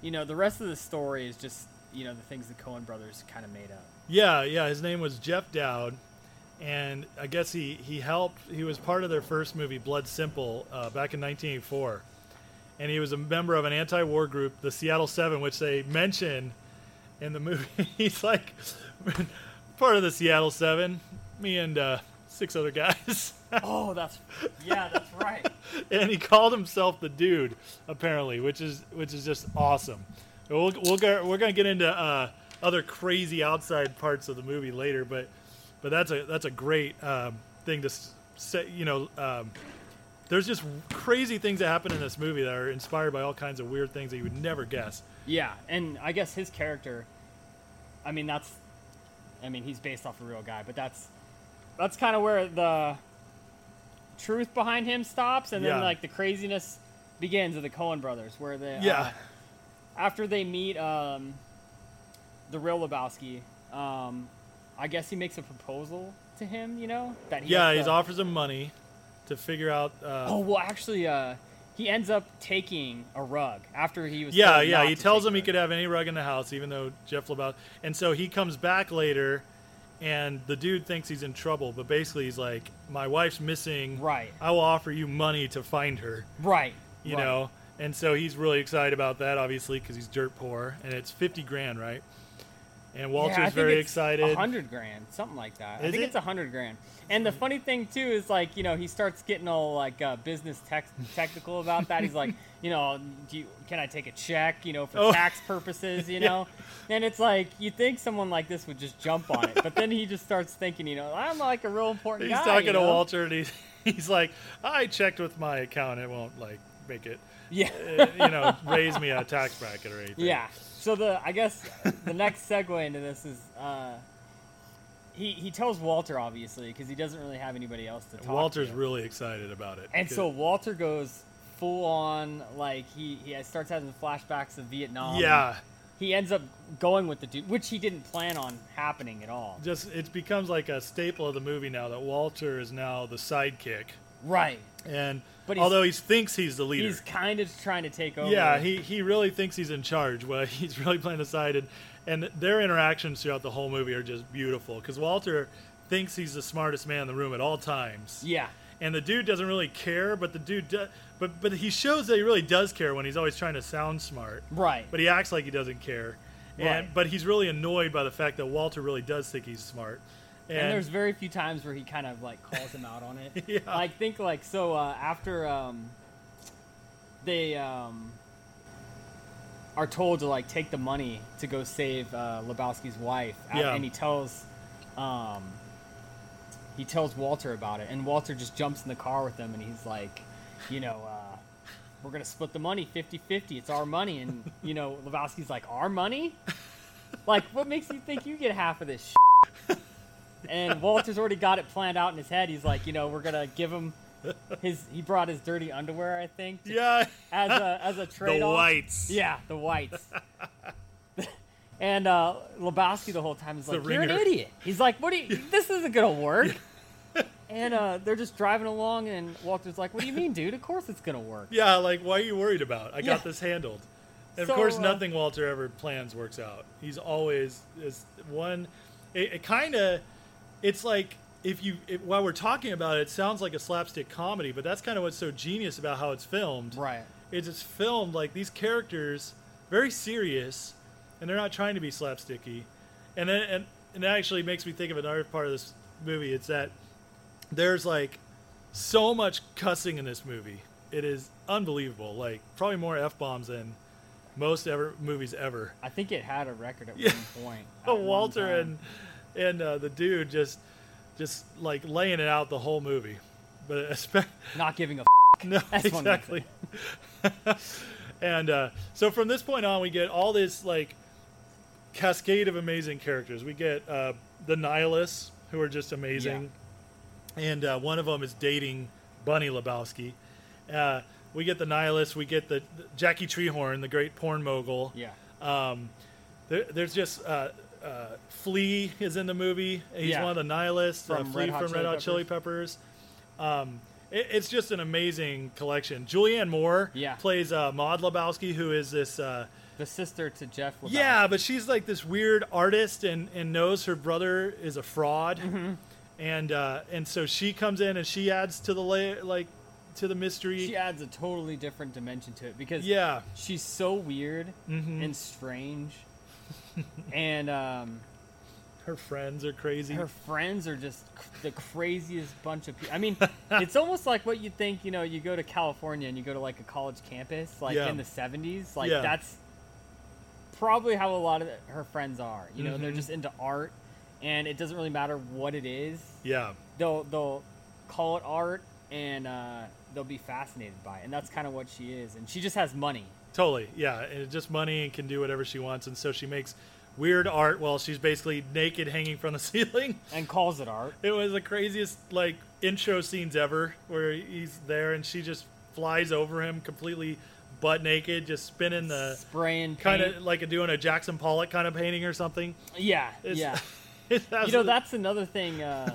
Speaker 2: you know, the rest of the story is just you know the things the Cohen brothers kind of made up.
Speaker 1: Yeah, yeah. His name was Jeff Dowd, and I guess he he helped. He was part of their first movie, Blood Simple, uh, back in 1984, and he was a member of an anti-war group, the Seattle Seven, which they mention in the movie. He's like part of the Seattle Seven. Me and uh, six other guys.
Speaker 2: Oh, that's yeah, that's right.
Speaker 1: and he called himself the dude apparently which is which is just awesome we'll, we'll go, we're gonna get into uh, other crazy outside parts of the movie later but but that's a that's a great um, thing to s- say you know um, there's just crazy things that happen in this movie that are inspired by all kinds of weird things that you would never guess
Speaker 2: Yeah, and I guess his character, I mean, that's, I mean, he's based off a real guy, but that's, that's kind of where the truth behind him stops, and then
Speaker 1: Yeah.
Speaker 2: like the craziness begins of the Cohen brothers, where the uh,
Speaker 1: yeah
Speaker 2: after they meet um, the real Lebowski, um, I guess he makes a proposal to him, you know, that he
Speaker 1: yeah
Speaker 2: has
Speaker 1: he
Speaker 2: to-
Speaker 1: offers him money to figure out uh,
Speaker 2: Oh well, actually, uh, he ends up taking a rug after he was.
Speaker 1: Yeah,
Speaker 2: told
Speaker 1: yeah.
Speaker 2: not
Speaker 1: He
Speaker 2: to
Speaker 1: tells
Speaker 2: take
Speaker 1: him
Speaker 2: a
Speaker 1: he
Speaker 2: rug.
Speaker 1: could have any rug in the house, even though Jeff Lebowski. And so he comes back later, and the dude thinks he's in trouble, but basically he's like, "My wife's missing.
Speaker 2: Right.
Speaker 1: I will offer you money to find her."
Speaker 2: right.
Speaker 1: You
Speaker 2: right.
Speaker 1: know. And so he's really excited about that, obviously, because he's dirt poor, and it's fifty grand, right? And Walter's
Speaker 2: yeah, I think
Speaker 1: very
Speaker 2: it's
Speaker 1: excited.
Speaker 2: A hundred grand, something like that. I
Speaker 1: Is
Speaker 2: think
Speaker 1: it?
Speaker 2: it's a hundred grand. And the funny thing too is like you know he starts getting all like uh, business tech technical about that. He's like, you know, do you, can I take a check, you know, for
Speaker 1: Oh.
Speaker 2: tax purposes, you know? And it's like you think someone like this would just jump on it, but then he just starts thinking, you know, I'm like a real important
Speaker 1: He's
Speaker 2: guy.
Speaker 1: talking
Speaker 2: you
Speaker 1: to
Speaker 2: know?
Speaker 1: Walter, and he's, he's like, "I checked with my account. It won't like make it,
Speaker 2: Yeah.
Speaker 1: uh, you know, raise me a tax bracket or anything."
Speaker 2: Yeah. So the I guess the next segue into this is uh, he he tells Walter obviously because he doesn't really have anybody else to talk.
Speaker 1: Walter's
Speaker 2: to.
Speaker 1: really excited about it.
Speaker 2: And
Speaker 1: because-
Speaker 2: so Walter goes full on, like he, he starts having flashbacks of Vietnam.
Speaker 1: yeah,
Speaker 2: He ends up going with the dude, which he didn't plan on happening at all.
Speaker 1: just it becomes like a staple of the movie now that Walter is now the sidekick,
Speaker 2: Right.
Speaker 1: and
Speaker 2: But he's-
Speaker 1: although he thinks he's the leader,
Speaker 2: He's kind of trying to take over.
Speaker 1: yeah, he he really thinks he's in charge. Well, he's really playing the side, and and their interactions throughout the whole movie are just beautiful because Walter thinks he's the smartest man in the room at all times.
Speaker 2: Yeah.
Speaker 1: And the dude doesn't really care, but the dude, do, but but he shows that he really does care when he's always trying to sound smart.
Speaker 2: Right.
Speaker 1: But he acts like he doesn't care. And
Speaker 2: Right.
Speaker 1: but he's really annoyed by the fact that Walter really does think he's smart. And,
Speaker 2: and there's very few times where he kind of like calls him out on it.
Speaker 1: Yeah.
Speaker 2: I think like so uh, after um, they um, are told to like take the money to go save uh, Lebowski's wife, uh,
Speaker 1: Yeah.
Speaker 2: and he tells um, he tells Walter about it, and Walter just jumps in the car with him, and he's like, you know. Uh, we're gonna split the money 50-50 it's our money and you know lebowski's like our money like what makes you think you get half of this shit? and Walter's already got it planned out in his head. He's like, you know, we're gonna give him his. He brought his dirty underwear, I think, to-
Speaker 1: yeah,
Speaker 2: as a as a
Speaker 1: the
Speaker 2: trade off.
Speaker 1: whites.
Speaker 2: Yeah, the whites. and uh, Lebowski the whole time is
Speaker 1: the
Speaker 2: like, you're an
Speaker 1: ringer.
Speaker 2: idiot. He's like, what do you? This isn't gonna work. and uh, they're just driving along, and Walter's like, what do you mean, dude? Of course it's gonna work.
Speaker 1: Yeah, like why are you worried about? I got
Speaker 2: Yeah.
Speaker 1: this handled. And
Speaker 2: So,
Speaker 1: of course,
Speaker 2: uh,
Speaker 1: nothing Walter ever plans works out. He's always is one. It, it kind of, it's like if you it, while we're talking about it, it sounds like a slapstick comedy, but that's kind of what's so genius about how it's filmed.
Speaker 2: Right.
Speaker 1: It's just filmed like these characters very serious, and they're not trying to be slapsticky. And then and, and that actually makes me think of another part of this movie. It's that there's like so much cussing in this movie. It is unbelievable. Like probably more f bombs than most ever movies ever.
Speaker 2: I think it had a record at one point.
Speaker 1: Oh,
Speaker 2: at one
Speaker 1: Walter
Speaker 2: time.
Speaker 1: and and uh, the dude just just like laying it out the whole movie, but espe-
Speaker 2: not giving a.
Speaker 1: no,
Speaker 2: That's one way to
Speaker 1: exactly. and uh, so from this point on, we get all this like cascade of amazing characters. We get uh, the Nihilists, who are just amazing, and uh, one of them is dating Bunny Lebowski. Uh, we get the Nihilists. We get the, the Jackie Treehorn, the great porn mogul.
Speaker 2: Yeah.
Speaker 1: Um, there, there's just uh, uh, Flea is in the movie. He's
Speaker 2: Yeah.
Speaker 1: one of the nihilists. uh,
Speaker 2: From
Speaker 1: Flea
Speaker 2: Red Hot
Speaker 1: from
Speaker 2: Chili
Speaker 1: Red Hot Chili Peppers. Um, it, it's just an amazing collection. Julianne Moore
Speaker 2: Yeah.
Speaker 1: plays uh, Maud Lebowski, who is this. Uh,
Speaker 2: The sister to Jeff. Lebowski.
Speaker 1: yeah, but she's like this weird artist and, and knows her brother is a fraud,
Speaker 2: Mm-hmm.
Speaker 1: and uh, and so she comes in and she adds to the la- like to the mystery.
Speaker 2: she adds a totally different dimension to it because
Speaker 1: yeah, Mm-hmm.
Speaker 2: she's so weird and strange, and um,
Speaker 1: her friends are crazy.
Speaker 2: her friends are just c- the craziest bunch of people. I mean, it's almost like what you think. You know, you go to California and you go to like a college campus, like
Speaker 1: Yeah.
Speaker 2: in the '70s. Like
Speaker 1: Yeah.
Speaker 2: that's probably how a lot of her friends are. You know,
Speaker 1: Mm-hmm.
Speaker 2: they're just into art, and it doesn't really matter what it is.
Speaker 1: yeah,
Speaker 2: they'll they'll call it art and uh, they'll be fascinated by it and that's kind of what she is and she just has money
Speaker 1: Totally, yeah. And it's just money and can do whatever she wants, and so she makes weird art while she's basically naked hanging from the ceiling.
Speaker 2: and calls it art
Speaker 1: It was the craziest like intro scenes ever, where he's there and she just flies over him completely butt naked, just spinning the
Speaker 2: spraying
Speaker 1: kind
Speaker 2: paint.
Speaker 1: of like a, doing a Jackson Pollock kind of painting or something.
Speaker 2: yeah
Speaker 1: It's,
Speaker 2: yeah
Speaker 1: it's
Speaker 2: you know
Speaker 1: absolutely-
Speaker 2: that's another thing uh,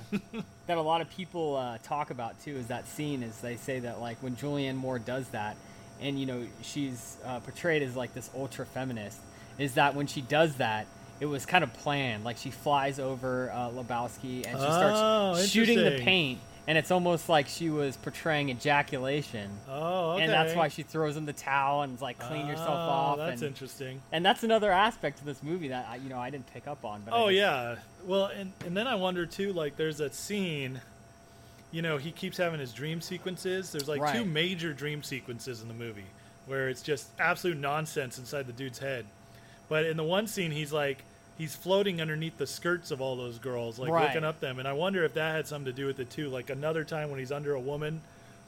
Speaker 2: that a lot of people uh, talk about too is that scene is they say that like when julianne moore does that and you know she's uh, portrayed as like this ultra feminist is that when she does that it was kind of planned like she flies over uh, lebowski and she
Speaker 1: Oh,
Speaker 2: starts shooting the
Speaker 1: interesting.
Speaker 2: paint and it's almost like she was portraying ejaculation
Speaker 1: Oh, okay.
Speaker 2: and that's why she throws him the towel and is like clean yourself
Speaker 1: Oh,
Speaker 2: off
Speaker 1: That's
Speaker 2: and,
Speaker 1: interesting.
Speaker 2: and that's another aspect of this movie that I, you know i didn't pick up on but I
Speaker 1: Oh
Speaker 2: just-
Speaker 1: yeah. Well, and and then I wonder too. Like, there's that scene. You know, he keeps having his dream sequences. There's like two
Speaker 2: Right.
Speaker 1: major dream sequences in the movie where it's just absolute nonsense inside the dude's head. But in the one scene, he's like he's floating underneath the skirts of all those girls, like
Speaker 2: Right.
Speaker 1: looking up them. And I wonder if that had something to do with it too. Like another time when he's under a woman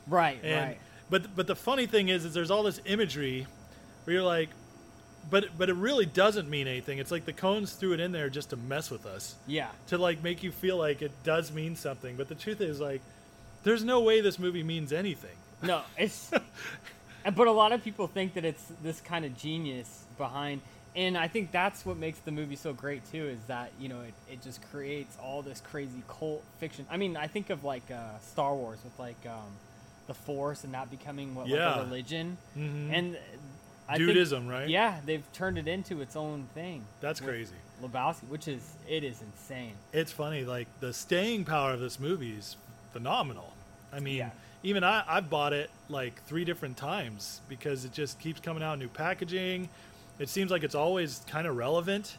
Speaker 2: right
Speaker 1: and
Speaker 2: right
Speaker 1: but but the funny thing is, is there's all this imagery where you're like, but but it really doesn't mean anything. It's like the cones threw it in there just to mess with us,
Speaker 2: yeah
Speaker 1: to like make you feel like it does mean something. But the truth is, like, there's no way this movie means anything.
Speaker 2: No, it's. and- but a lot of people think that it's this kind of genius behind, and I think that's what makes the movie so great too. Is that you know it, it just creates all this crazy cult fiction. I mean, I think of like uh, Star Wars with like um, the Force and that becoming what like
Speaker 1: Yeah.
Speaker 2: a religion and. I
Speaker 1: Dudism, right?
Speaker 2: Yeah, they've turned it into its own thing.
Speaker 1: That's
Speaker 2: with-
Speaker 1: crazy.
Speaker 2: Lebowski, which is it is insane.
Speaker 1: it's funny like the staying power of this movie is phenomenal i mean
Speaker 2: Yeah.
Speaker 1: even i i bought it like three different times because it just keeps coming out in new packaging it seems like it's always kind of relevant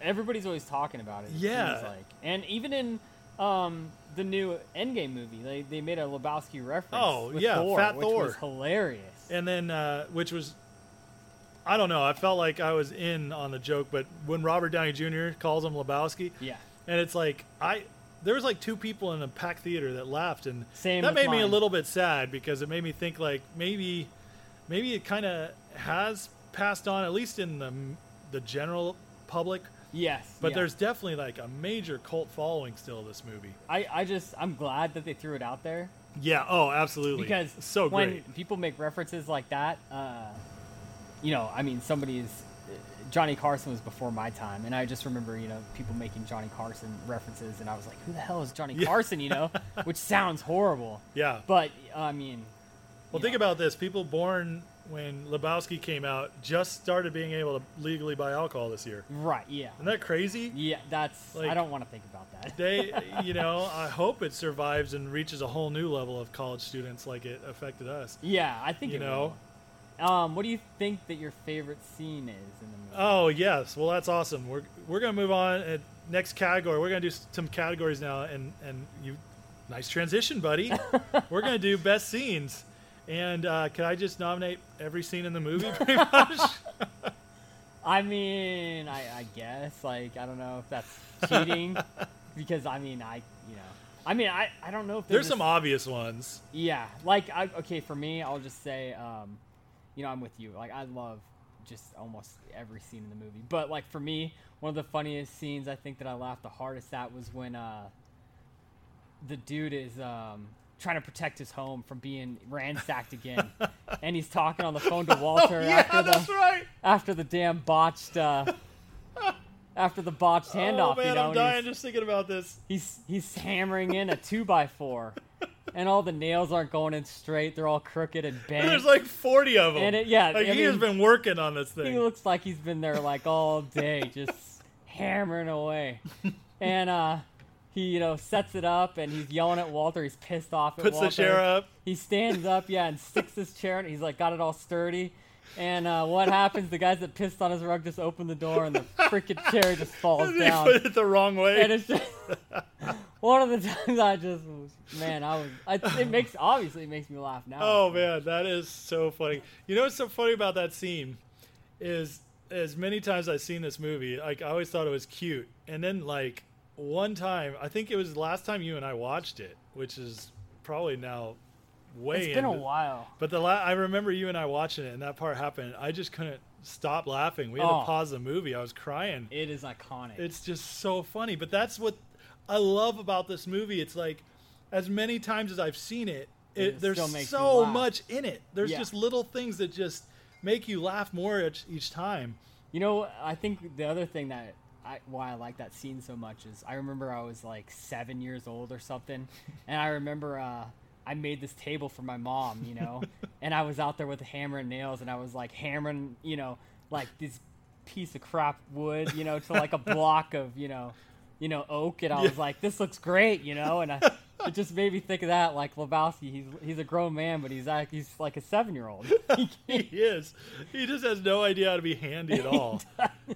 Speaker 2: Everybody's always talking about it. it
Speaker 1: Yeah.
Speaker 2: seems like. and even in um, the new Endgame movie, they, they made a Lebowski reference.
Speaker 1: Oh,
Speaker 2: with
Speaker 1: yeah,
Speaker 2: Thor,
Speaker 1: Fat
Speaker 2: which
Speaker 1: Thor.
Speaker 2: was hilarious.
Speaker 1: and then uh, which was i don't know i felt like i was in on the joke but when robert downey jr calls him lebowski
Speaker 2: Yeah.
Speaker 1: and it's like i there was like two people in a packed theater that laughed and
Speaker 2: Same
Speaker 1: that
Speaker 2: with
Speaker 1: made me a
Speaker 2: mine.
Speaker 1: little bit sad because it made me think like maybe maybe it kind of has passed on at least in the m- the general public
Speaker 2: Yes,
Speaker 1: but
Speaker 2: yeah.
Speaker 1: there's definitely like a major cult following still of this movie
Speaker 2: I, I just I'm glad that they threw it out there
Speaker 1: yeah oh absolutely
Speaker 2: because
Speaker 1: so
Speaker 2: when
Speaker 1: great
Speaker 2: people make references like that, uh, you know, I mean, somebody's Johnny Carson was before my time, and I just remember you know people making Johnny Carson references, and I was like, who the hell is Johnny
Speaker 1: Yeah.
Speaker 2: Carson? You know, which sounds horrible.
Speaker 1: yeah
Speaker 2: But I mean,
Speaker 1: Well,
Speaker 2: you
Speaker 1: think
Speaker 2: know.
Speaker 1: about this: people born when Lebowski came out just started being able to legally buy alcohol this year.
Speaker 2: right? Yeah,
Speaker 1: Isn't that crazy?
Speaker 2: yeah. That's
Speaker 1: Like-
Speaker 2: I don't want to think about that.
Speaker 1: They, you know, I hope it survives and reaches a whole new level of college students like it affected us.
Speaker 2: yeah, I think
Speaker 1: You
Speaker 2: it
Speaker 1: know.
Speaker 2: will. Um, what do you think that your favorite scene is in the movie?
Speaker 1: Oh yes, well that's awesome. We're we're gonna move on uh next category. We're gonna do s- some categories now, and and you, nice transition, buddy. we're gonna do best scenes, and uh, could I just nominate every scene in the movie? Pretty much.
Speaker 2: I mean, I, I guess like I don't know if that's cheating, because I mean I you know I mean I, I don't know if
Speaker 1: There's
Speaker 2: a-
Speaker 1: some obvious ones.
Speaker 2: yeah like I okay for me I'll just say um you know I'm with you like I love just almost every scene in the movie but like for me one of the funniest scenes I think that I laughed the hardest at was when uh the dude is um trying to protect his home from being ransacked again and he's talking on the phone to Walter after the
Speaker 1: Oh, right.
Speaker 2: after the damn botched uh after the botched handoff
Speaker 1: Oh man,
Speaker 2: you know
Speaker 1: I'm
Speaker 2: and
Speaker 1: dying
Speaker 2: he's,
Speaker 1: just thinking about this.
Speaker 2: he's he's hammering in a two by four and all the nails aren't going in straight they're all crooked and bent
Speaker 1: And there's like 40 of them.
Speaker 2: And it- yeah,
Speaker 1: like
Speaker 2: I
Speaker 1: he has
Speaker 2: mean-
Speaker 1: been working on this
Speaker 2: he
Speaker 1: thing.
Speaker 2: looks like he's been there like all day just hammering away and uh he you know sets it up and he's yelling at walter he's pissed off at
Speaker 1: Puts the
Speaker 2: walter
Speaker 1: chair up.
Speaker 2: he stands up, yeah, and sticks his chair in. He's like, got it all sturdy. And uh, what happens? The guys that pissed on his rug just open the door, and the freaking chair just falls
Speaker 1: He
Speaker 2: down.
Speaker 1: put it the wrong way.
Speaker 2: And it's just one of the times I just was, man, I was. I, it makes obviously it makes me laugh now.
Speaker 1: oh man, that is so funny. You know what's so funny about that scene is as many times I've seen this movie, like I always thought it was cute, and then like one time, I think it was the last time you and I watched it, which is probably now way.
Speaker 2: it's been a
Speaker 1: into-
Speaker 2: while.
Speaker 1: But the la- I remember you and I watching it, and that part happened. I just couldn't stop laughing. We had
Speaker 2: Oh.
Speaker 1: to pause the movie. I was crying.
Speaker 2: It is iconic.
Speaker 1: It's just so funny. But that's what I love about this movie. It's like, as many times as I've seen it, it,
Speaker 2: It
Speaker 1: there's
Speaker 2: still makes you
Speaker 1: so
Speaker 2: laugh.
Speaker 1: much in it. There's
Speaker 2: Yeah.
Speaker 1: just little things that just make you laugh more each, each time.
Speaker 2: You know, I think the other thing that I, why I like that scene so much is I remember I was like seven years old or something, and I remember uh, I made this table for my mom, you know, and I was out there with a hammer and nails, and I was like hammering, you know, like this piece of crap wood, you know, to like a block of, you know, you know, oak, and I was like, this looks great, you know, and I. It just made me think of that, like Lebowski. He's he's a grown man, but he's like he's like a seven year old.
Speaker 1: he is. He just has no idea how to be handy at all.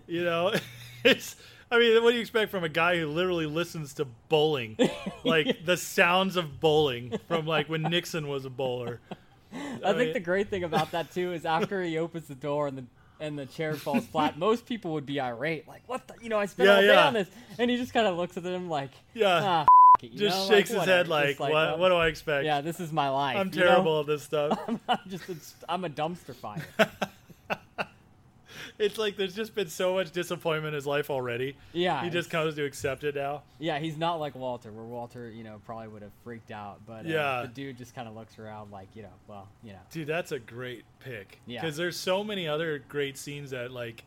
Speaker 1: you know, it's. I mean, what do you expect from a guy who literally listens to bowling, like the sounds of bowling from like when Nixon was a bowler?
Speaker 2: I
Speaker 1: mean-
Speaker 2: think the great thing about that too is after he opens the door and the and the chair falls flat, most people would be irate, like, "What the? You know, I spent
Speaker 1: Yeah,
Speaker 2: all day
Speaker 1: yeah.
Speaker 2: on this." And he just kind of looks at them like,
Speaker 1: Yeah,
Speaker 2: "Ah, f- it," you
Speaker 1: just
Speaker 2: know,
Speaker 1: shakes
Speaker 2: like,
Speaker 1: his head
Speaker 2: whatever,
Speaker 1: like,
Speaker 2: just
Speaker 1: what?
Speaker 2: um,
Speaker 1: what do I expect?
Speaker 2: yeah, this is my life.
Speaker 1: I'm
Speaker 2: you know?
Speaker 1: terrible at this stuff.
Speaker 2: I'm just, a, I'm a dumpster fire.
Speaker 1: it's like there's just been so much disappointment in his life already.
Speaker 2: Yeah,
Speaker 1: he just
Speaker 2: it's-
Speaker 1: comes to accept it now.
Speaker 2: yeah, he's not like Walter, where Walter, you know, probably would have freaked out, but uh,
Speaker 1: Yeah.
Speaker 2: the dude just kind of looks around like, you know, well, you know,
Speaker 1: Dude, that's a great pick.
Speaker 2: Yeah.
Speaker 1: Because there's so many other great scenes that like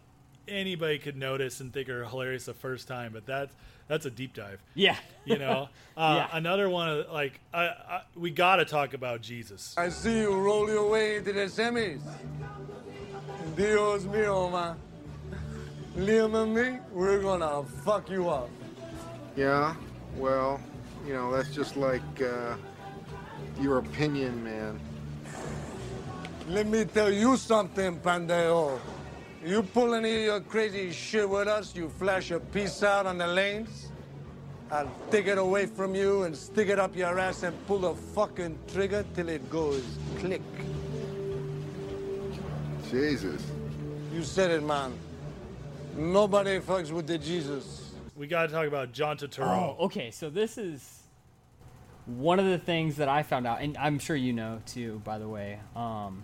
Speaker 1: anybody could notice and think are hilarious the first time, but that's that's a deep dive.
Speaker 2: yeah,
Speaker 1: You know, uh,
Speaker 2: Yeah.
Speaker 1: another one of the- like I, I, we got to talk about Jesus.
Speaker 5: I see you roll your way into the semis. Dios mío, man. Liam and me, we're gonna fuck you up.
Speaker 3: Yeah, well, you know, that's just like uh, your opinion, man.
Speaker 5: Let me tell you something, Pandeo. You pull any of your crazy shit with us, you flash a piece out on the lanes, I'll take it away from you and stick it up your ass and pull the fucking trigger till it goes click.
Speaker 3: Jesus.
Speaker 5: You said it, man. Nobody fucks with the Jesus.
Speaker 1: We got to talk about John Turturro.
Speaker 2: Oh, okay. So this is one of the things that I found out, and I'm sure you know too, by the way, um,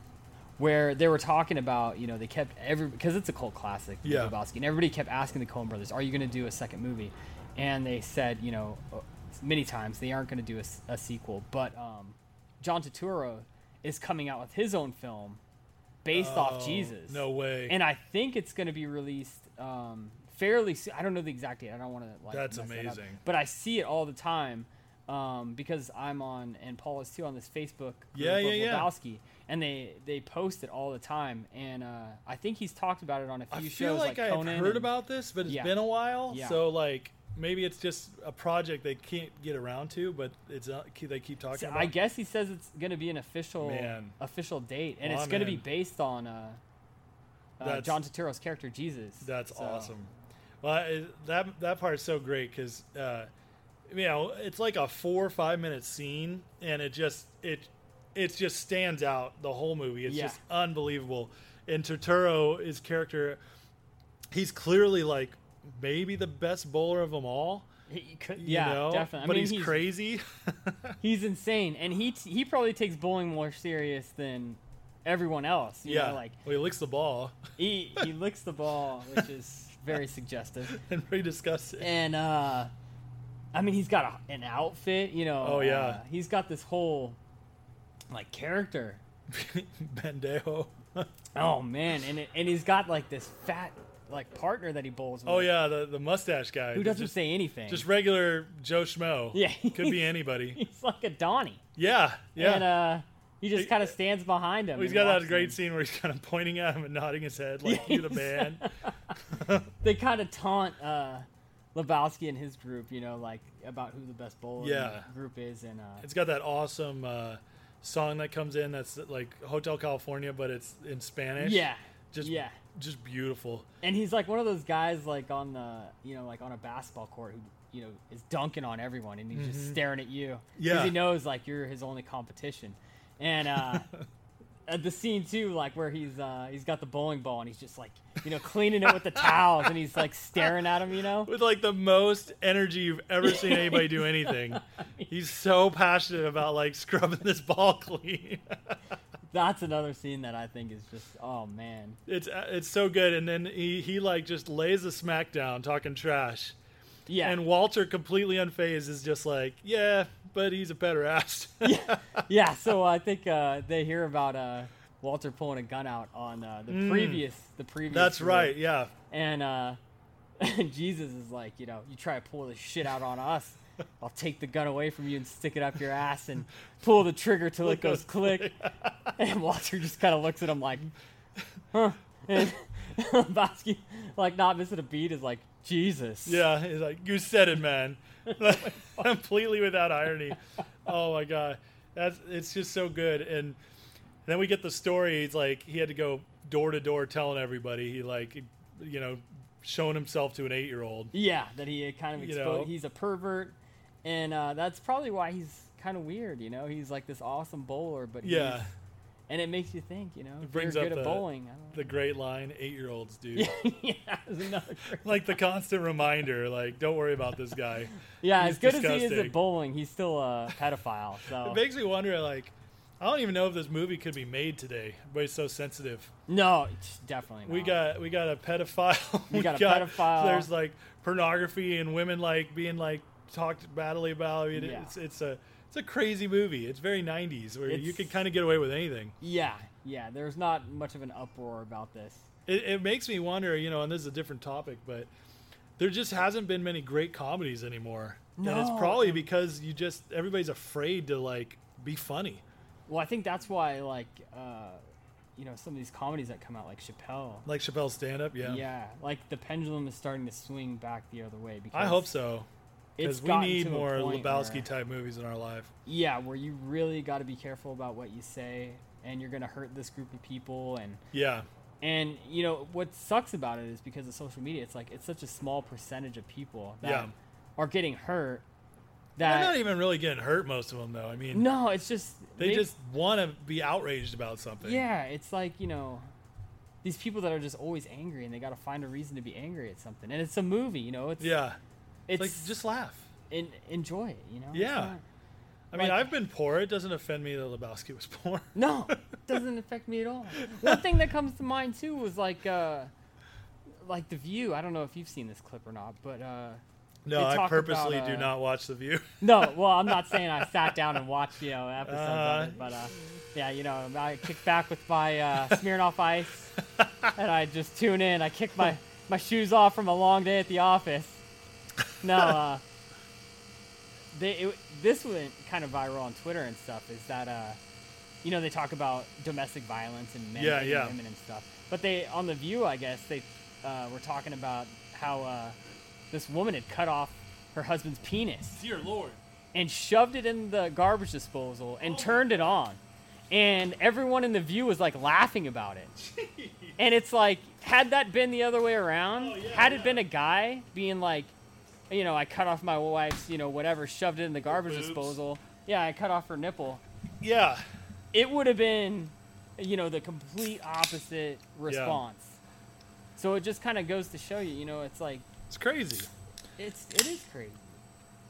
Speaker 2: where they were talking about, you know, they kept every because it's a cult classic, The Big
Speaker 1: Yeah.
Speaker 2: Lebowski, and everybody kept asking the Coen Brothers, "Are you going to do a second movie?" And they said, you know, uh, many times they aren't going to do a s- a, sequel, but um, John Turturro is coming out with his own film based off Jesus.
Speaker 1: Oh, no way.
Speaker 2: And I think it's going to be released um, fairly soon. I don't know the exact date. I don't want to like.
Speaker 1: That's
Speaker 2: mess that up.
Speaker 1: amazing.
Speaker 2: But I see it all the time um, because I'm on and Paul is too on this Facebook group
Speaker 1: Yeah, yeah,
Speaker 2: of
Speaker 1: yeah.
Speaker 2: Lebowski, and they they post it all the time. And uh, I think he's talked about it on a
Speaker 1: I
Speaker 2: few
Speaker 1: feel
Speaker 2: shows
Speaker 1: like, I've
Speaker 2: Conan.
Speaker 1: heard
Speaker 2: and-
Speaker 1: about this, but it's
Speaker 2: Yeah.
Speaker 1: been a while.
Speaker 2: Yeah.
Speaker 1: So like maybe it's just a project they can't get around to, but it's not, they keep talking
Speaker 2: So
Speaker 1: about.
Speaker 2: I guess he says it's going to be an official
Speaker 1: Man.
Speaker 2: official date, and
Speaker 1: Well,
Speaker 2: it's
Speaker 1: I'm
Speaker 2: going to be
Speaker 1: in.
Speaker 2: based on uh, uh,
Speaker 1: That's-
Speaker 2: John Turturro's character Jesus.
Speaker 1: That's
Speaker 2: So-
Speaker 1: awesome. Well, I- that that part is so great because uh, you know it's like a four or five minute scene, and it just it it just stands out the whole movie. It's
Speaker 2: Yeah.
Speaker 1: just unbelievable. And Turturro, his character, he's clearly like maybe the best bowler of them all.
Speaker 2: He- he could-
Speaker 1: you
Speaker 2: yeah,
Speaker 1: know?
Speaker 2: definitely. I
Speaker 1: but
Speaker 2: mean,
Speaker 1: he's, crazy.
Speaker 2: He's insane, and he t- he probably takes bowling more serious than everyone else. You
Speaker 1: yeah,
Speaker 2: know, like
Speaker 1: well, he licks the ball
Speaker 2: he he licks the ball, which is very suggestive.
Speaker 1: and pretty disgusting.
Speaker 2: And uh, I mean, he's got a, an outfit, you know.
Speaker 1: Oh, yeah.
Speaker 2: uh, he's got this whole like character.
Speaker 1: Bendejo.
Speaker 2: Oh man, and it, and he's got like this fat like partner that he bowls with.
Speaker 1: oh yeah, the the mustache guy
Speaker 2: who doesn't
Speaker 1: just,
Speaker 2: say anything.
Speaker 1: just regular Joe Schmo.
Speaker 2: Yeah.
Speaker 1: could be anybody.
Speaker 2: he's like a Donnie,
Speaker 1: Yeah, yeah.
Speaker 2: and uh, he just
Speaker 1: He-
Speaker 2: kind of stands behind him.
Speaker 1: Well, he's
Speaker 2: and
Speaker 1: got that
Speaker 2: watches
Speaker 1: great
Speaker 2: him.
Speaker 1: scene where he's kind of pointing at him and nodding his head like you're the man.
Speaker 2: they kind of taunt uh, Lebowski and his group, you know, like about who the best bowler
Speaker 1: Yeah.
Speaker 2: group is, and uh,
Speaker 1: It's got that awesome uh, song that comes in that's like Hotel California, but it's in Spanish.
Speaker 2: yeah,
Speaker 1: just
Speaker 2: yeah.
Speaker 1: just beautiful.
Speaker 2: And he's like one of those guys, like on the, you know, like on a basketball court who, you know, is dunking on everyone, and he's just staring at you
Speaker 1: Mm-hmm. Yeah.
Speaker 2: he knows like you're his only competition, and. uh At the scene too, like where he's uh, he's got the bowling ball and he's just like you know cleaning it with the towels and he's like staring at him, you know.
Speaker 1: With like the most energy you've ever seen anybody do anything. He's so passionate about like scrubbing this ball clean.
Speaker 2: That's another scene that I think is just oh man,
Speaker 1: It's uh, it's so good. And then he he like just lays a smack down talking trash.
Speaker 2: yeah.
Speaker 1: And Walter completely unfazed is just like, yeah, but he's a better ass.
Speaker 2: yeah, so I think uh, they hear about uh, Walter pulling a gun out on uh, the previous the previous.
Speaker 1: Mm. That's
Speaker 2: group.
Speaker 1: right. Yeah.
Speaker 2: And uh, Jesus is like, you know, you try to pull this shit out on us, I'll take the gun away from you and stick it up your ass and pull the trigger till it goes click. and Walter just kind of looks at him like, huh? And Lebowski, like not missing a beat, is like, Jesus.
Speaker 1: Yeah, he's like, you said it, man.
Speaker 2: Oh
Speaker 1: Completely without irony. Oh my god, that's it's just so good. And then we get the story. He's like, he had to go door to door telling everybody. He like, you know, showing himself to an eight year old.
Speaker 2: Yeah, that he had kind of
Speaker 1: You
Speaker 2: exposed.
Speaker 1: know?
Speaker 2: He's a pervert, and uh, that's probably why he's kind of weird. You know, he's like this awesome bowler, but
Speaker 1: Yeah,
Speaker 2: he's- and it makes you think. You know, if
Speaker 1: brings
Speaker 2: you're
Speaker 1: up
Speaker 2: good
Speaker 1: the-
Speaker 2: at bowling. I
Speaker 1: the great line, eight year olds, dude.
Speaker 2: don't yeah, there's another. great-
Speaker 1: like the constant reminder, like, don't worry about this guy.
Speaker 2: yeah,
Speaker 1: He's
Speaker 2: as good as he is
Speaker 1: disgusting.
Speaker 2: at bowling, he's still a pedophile. So
Speaker 1: It makes me wonder, like, I don't even know if this movie could be made today. Everybody's so sensitive.
Speaker 2: no, it's definitely. Not.
Speaker 1: We got we got a pedophile.
Speaker 2: We got a pedophile.
Speaker 1: There's like pornography and women like being like talked badly about. I mean,
Speaker 2: Yeah.
Speaker 1: It's it's a it's a crazy movie. It's very 90s where you
Speaker 2: It's-
Speaker 1: could kind of get away with anything.
Speaker 2: Yeah, yeah. There's not much of an uproar about this.
Speaker 1: It, it makes me wonder, you know, and this is a different topic, but there just hasn't been many great comedies anymore. And it's
Speaker 2: No.
Speaker 1: probably because you just everybody's afraid to like be funny.
Speaker 2: Well, I think that's why like uh, you know some of these comedies that come out like Chappelle.
Speaker 1: Like Chappelle's stand up, yeah.
Speaker 2: Yeah, like the pendulum is starting to swing back the other way. Because
Speaker 1: I hope so.
Speaker 2: it's
Speaker 1: Because we
Speaker 2: gotten
Speaker 1: need
Speaker 2: to a
Speaker 1: more
Speaker 2: point
Speaker 1: Lebowski
Speaker 2: where-
Speaker 1: type movies in our life.
Speaker 2: Yeah, where you really got to be careful about what you say, and you're gonna hurt this group of people, and
Speaker 1: Yeah.
Speaker 2: and you know what sucks about it is because of social media, it's like it's such a small percentage of people that
Speaker 1: Yeah.
Speaker 2: are getting hurt.
Speaker 1: They're
Speaker 2: That
Speaker 1: not even really getting hurt, most of them, though. I mean,
Speaker 2: no, it's just
Speaker 1: they, just want to be outraged about something.
Speaker 2: yeah, it's like you know these people that are just always angry and they got to find a reason to be angry at something, and it's a movie, you know, it's
Speaker 1: Yeah.
Speaker 2: it's
Speaker 1: Like, just laugh.
Speaker 2: en- enjoy it, you know. It's
Speaker 1: Yeah.
Speaker 2: not-
Speaker 1: I mean,
Speaker 2: Like-
Speaker 1: I've been poor. It doesn't offend me that Lebowski was poor.
Speaker 2: No, doesn't affect me at all. One thing that comes to mind too was like, uh, like The View. I don't know if you've seen this clip or not, but uh,
Speaker 1: No,
Speaker 2: They
Speaker 1: I
Speaker 2: talk
Speaker 1: purposely
Speaker 2: about,
Speaker 1: do
Speaker 2: uh,
Speaker 1: not watch The View.
Speaker 2: no. Well, I'm not saying I sat down and watched you know episodes
Speaker 1: Uh-huh.
Speaker 2: of it, but uh, yeah, you know, I kick back with my uh, Smirnoff Ice, and I just tune in. I kick my my shoes off from a long day at the office. No. Uh, they, it, this went kind of viral on Twitter and stuff. Is that uh, you know, they talk about domestic violence and men
Speaker 1: Yeah,
Speaker 2: and
Speaker 1: yeah.
Speaker 2: women and stuff. But they on the View, I guess they uh, were talking about how uh, this woman had cut off her husband's penis
Speaker 1: Dear Lord.
Speaker 2: and shoved it in the garbage disposal and turned it on. And everyone in the view was like laughing about it. And it's like, had that been the other way around,
Speaker 1: Oh,
Speaker 2: had it been a guy being like, you know, I cut off my wife's, you know, whatever, shoved it in the garbage
Speaker 1: boobs.
Speaker 2: disposal. Yeah, I cut off her nipple.
Speaker 1: Yeah.
Speaker 2: It would have been, you know, the complete opposite response. So it just kind of goes to show you, you know, it's like,
Speaker 1: It's crazy.
Speaker 2: it's it is crazy.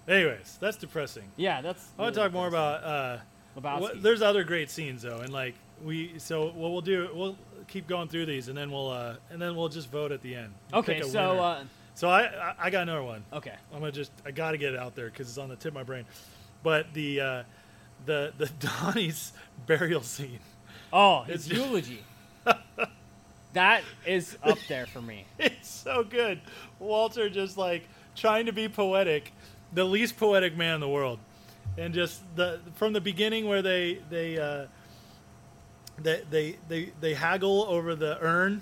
Speaker 1: Anyways, that's depressing.
Speaker 2: Yeah, that's.
Speaker 1: I want to talk more about. Uh,
Speaker 2: about.
Speaker 1: Well, there's other great scenes though, and like we, so what we'll do, we'll keep going through these, and then we'll, uh, and then we'll just vote at the end. We'll
Speaker 2: Okay,
Speaker 1: pick a
Speaker 2: so
Speaker 1: winner.
Speaker 2: uh,
Speaker 1: so I, I, I got another one.
Speaker 2: okay.
Speaker 1: I'm gonna just, I gotta get it out there because it's on the tip of my brain. But the, uh, the, the Donnie's burial scene.
Speaker 2: Oh, his
Speaker 1: It's just-
Speaker 2: eulogy. that is up there for me.
Speaker 1: It's so good. Walter just like trying to be poetic, the least poetic man in the world, and just the from the beginning where they they uh, they, they they they haggle over the urn,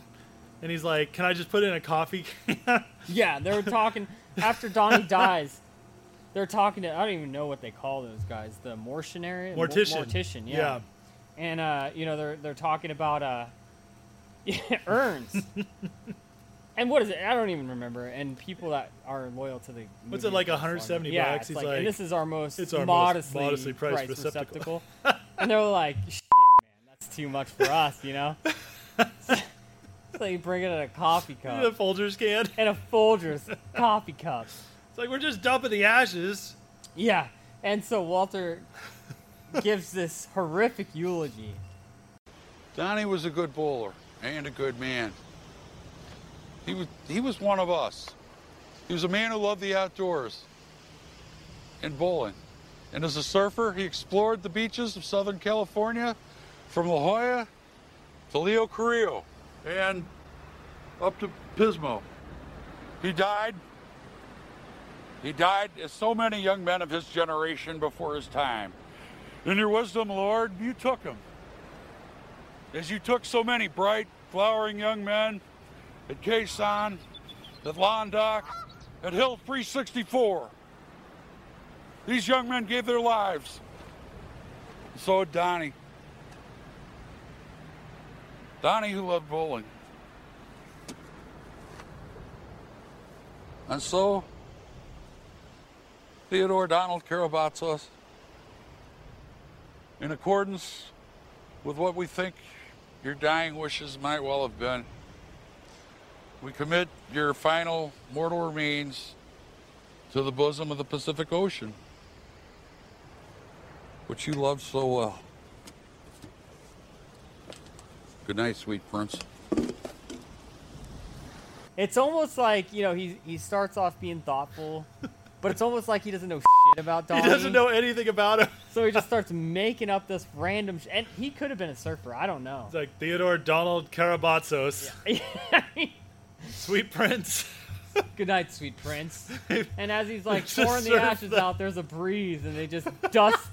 Speaker 1: and he's like, "Can I just put it in a coffee can?"
Speaker 2: Yeah, they were talking after Donnie dies. They're talking to I don't even know what they call those guys, the mortionary, Mor-
Speaker 1: Mortician.
Speaker 2: mortician, yeah. And uh, you know they're they're talking about uh, urns. and what is it? I don't even remember. And people that are loyal to the
Speaker 1: What's
Speaker 2: movie
Speaker 1: it, like,
Speaker 2: and stuff
Speaker 1: 170
Speaker 2: like that. yeah,
Speaker 1: bucks?
Speaker 2: It's
Speaker 1: He's
Speaker 2: like,
Speaker 1: like,
Speaker 2: and this is our most
Speaker 1: "It's our most
Speaker 2: modestly,
Speaker 1: modestly priced
Speaker 2: priced
Speaker 1: receptacle."
Speaker 2: receptacle. and they're like, Shit, man, that's too much for us, you know. so you bring it in a coffee cup
Speaker 1: the Folgers can.
Speaker 2: and a Folgers coffee cup.
Speaker 1: It's like we're just dumping the ashes.
Speaker 2: Yeah, and so Walter gives this horrific eulogy.
Speaker 4: Donnie was a good bowler and a good man. He was, he was one of us. He was a man who loved the outdoors and bowling. And as a surfer, he explored the beaches of Southern California from La Jolla to Leo Carrillo and up to Pismo. He died. He died as so many young men of his generation before his time. In your wisdom, Lord, you took him as you took so many bright, flowering young men at Quezon, at Londoc, at Hill 364. These young men gave their lives. So did Donnie. Donnie, who loved bowling. And so, Theodore Donald Karabatsos, in accordance with what we think your dying wishes might well have been. We commit your final mortal remains to the bosom of the Pacific Ocean, which you loved so well. Good night, sweet prince.
Speaker 2: It's almost like you know he he starts off being thoughtful, but it's almost like he doesn't know shit about Donnie.
Speaker 1: He doesn't know anything about him.
Speaker 2: so he just starts making up this random. Sh- and he could have been a surfer. I don't know.
Speaker 1: It's like Theodore Donald Karabatsos,
Speaker 2: Good
Speaker 1: sweet prince.
Speaker 2: night, sweet prince. And as he's like
Speaker 1: Just
Speaker 2: pouring the
Speaker 1: surf
Speaker 2: ashes
Speaker 1: the-
Speaker 2: out, there's a breeze, and they just dust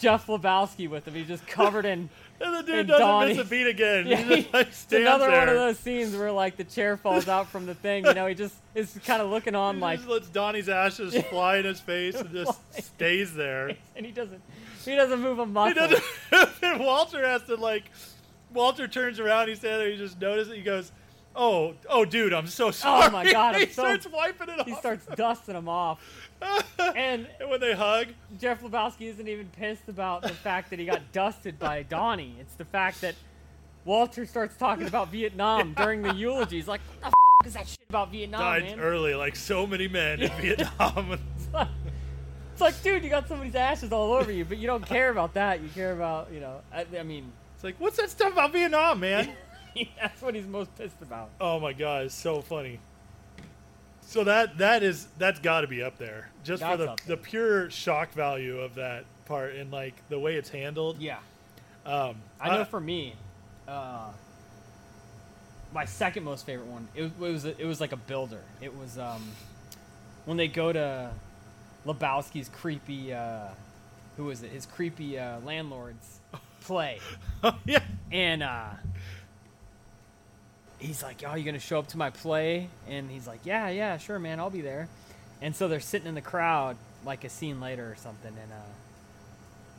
Speaker 2: Jeff Lebowski with him. He's just covered in.
Speaker 1: And the dude
Speaker 2: And
Speaker 1: doesn't
Speaker 2: Donnie-
Speaker 1: miss a beat again.
Speaker 2: Yeah,
Speaker 1: he just like
Speaker 2: it's
Speaker 1: stands
Speaker 2: another
Speaker 1: there.
Speaker 2: one of those scenes where like the chair falls out from the thing. You know, he just is kind of looking on
Speaker 1: He
Speaker 2: like,
Speaker 1: just lets Donnie's ashes fly in his face and just stays there.
Speaker 2: and he doesn't, he doesn't move a muscle.
Speaker 1: He doesn't. and Walter has to like. Walter turns around. He's standing there. He just notices. He goes, "Oh, oh, dude, I'm so sorry."
Speaker 2: Oh, my God, I'm
Speaker 1: he
Speaker 2: so-
Speaker 1: starts wiping it off.
Speaker 2: he starts dusting him off. And
Speaker 1: And when they hug,
Speaker 2: Jeff Lebowski isn't even pissed about the fact that he got dusted by Donnie. It's the fact that Walter starts talking about Vietnam during the eulogy. He's like, what the f- is that shit about Vietnam,
Speaker 1: died
Speaker 2: Oh, man?
Speaker 1: ah, early, like so many men in Vietnam.
Speaker 2: It's like, dude, you got somebody's ashes all over you, but you don't care about that. You care about, you know, I, I mean,
Speaker 1: It's like, what's that stuff about Vietnam, man?
Speaker 2: that's what he's most pissed about.
Speaker 1: Oh my god, it's so funny. So that that is that's got to be up there just
Speaker 2: That's
Speaker 1: for
Speaker 2: up
Speaker 1: the the
Speaker 2: there.
Speaker 1: pure shock value of that part and like the way it's handled.
Speaker 2: Yeah.
Speaker 1: Um,
Speaker 2: I know for me, uh, my second most favorite one. It, it was it was like a builder. It was um, when they go to Lebowski's creepy, uh, who was it? His creepy uh, landlord's play,
Speaker 1: Oh, yeah,
Speaker 2: and uh, he's like, "Oh, you gonna show up to my play?" And he's like, "Yeah, yeah, sure, man, I'll be there." And so they're sitting in the crowd, like a scene later or something, and uh,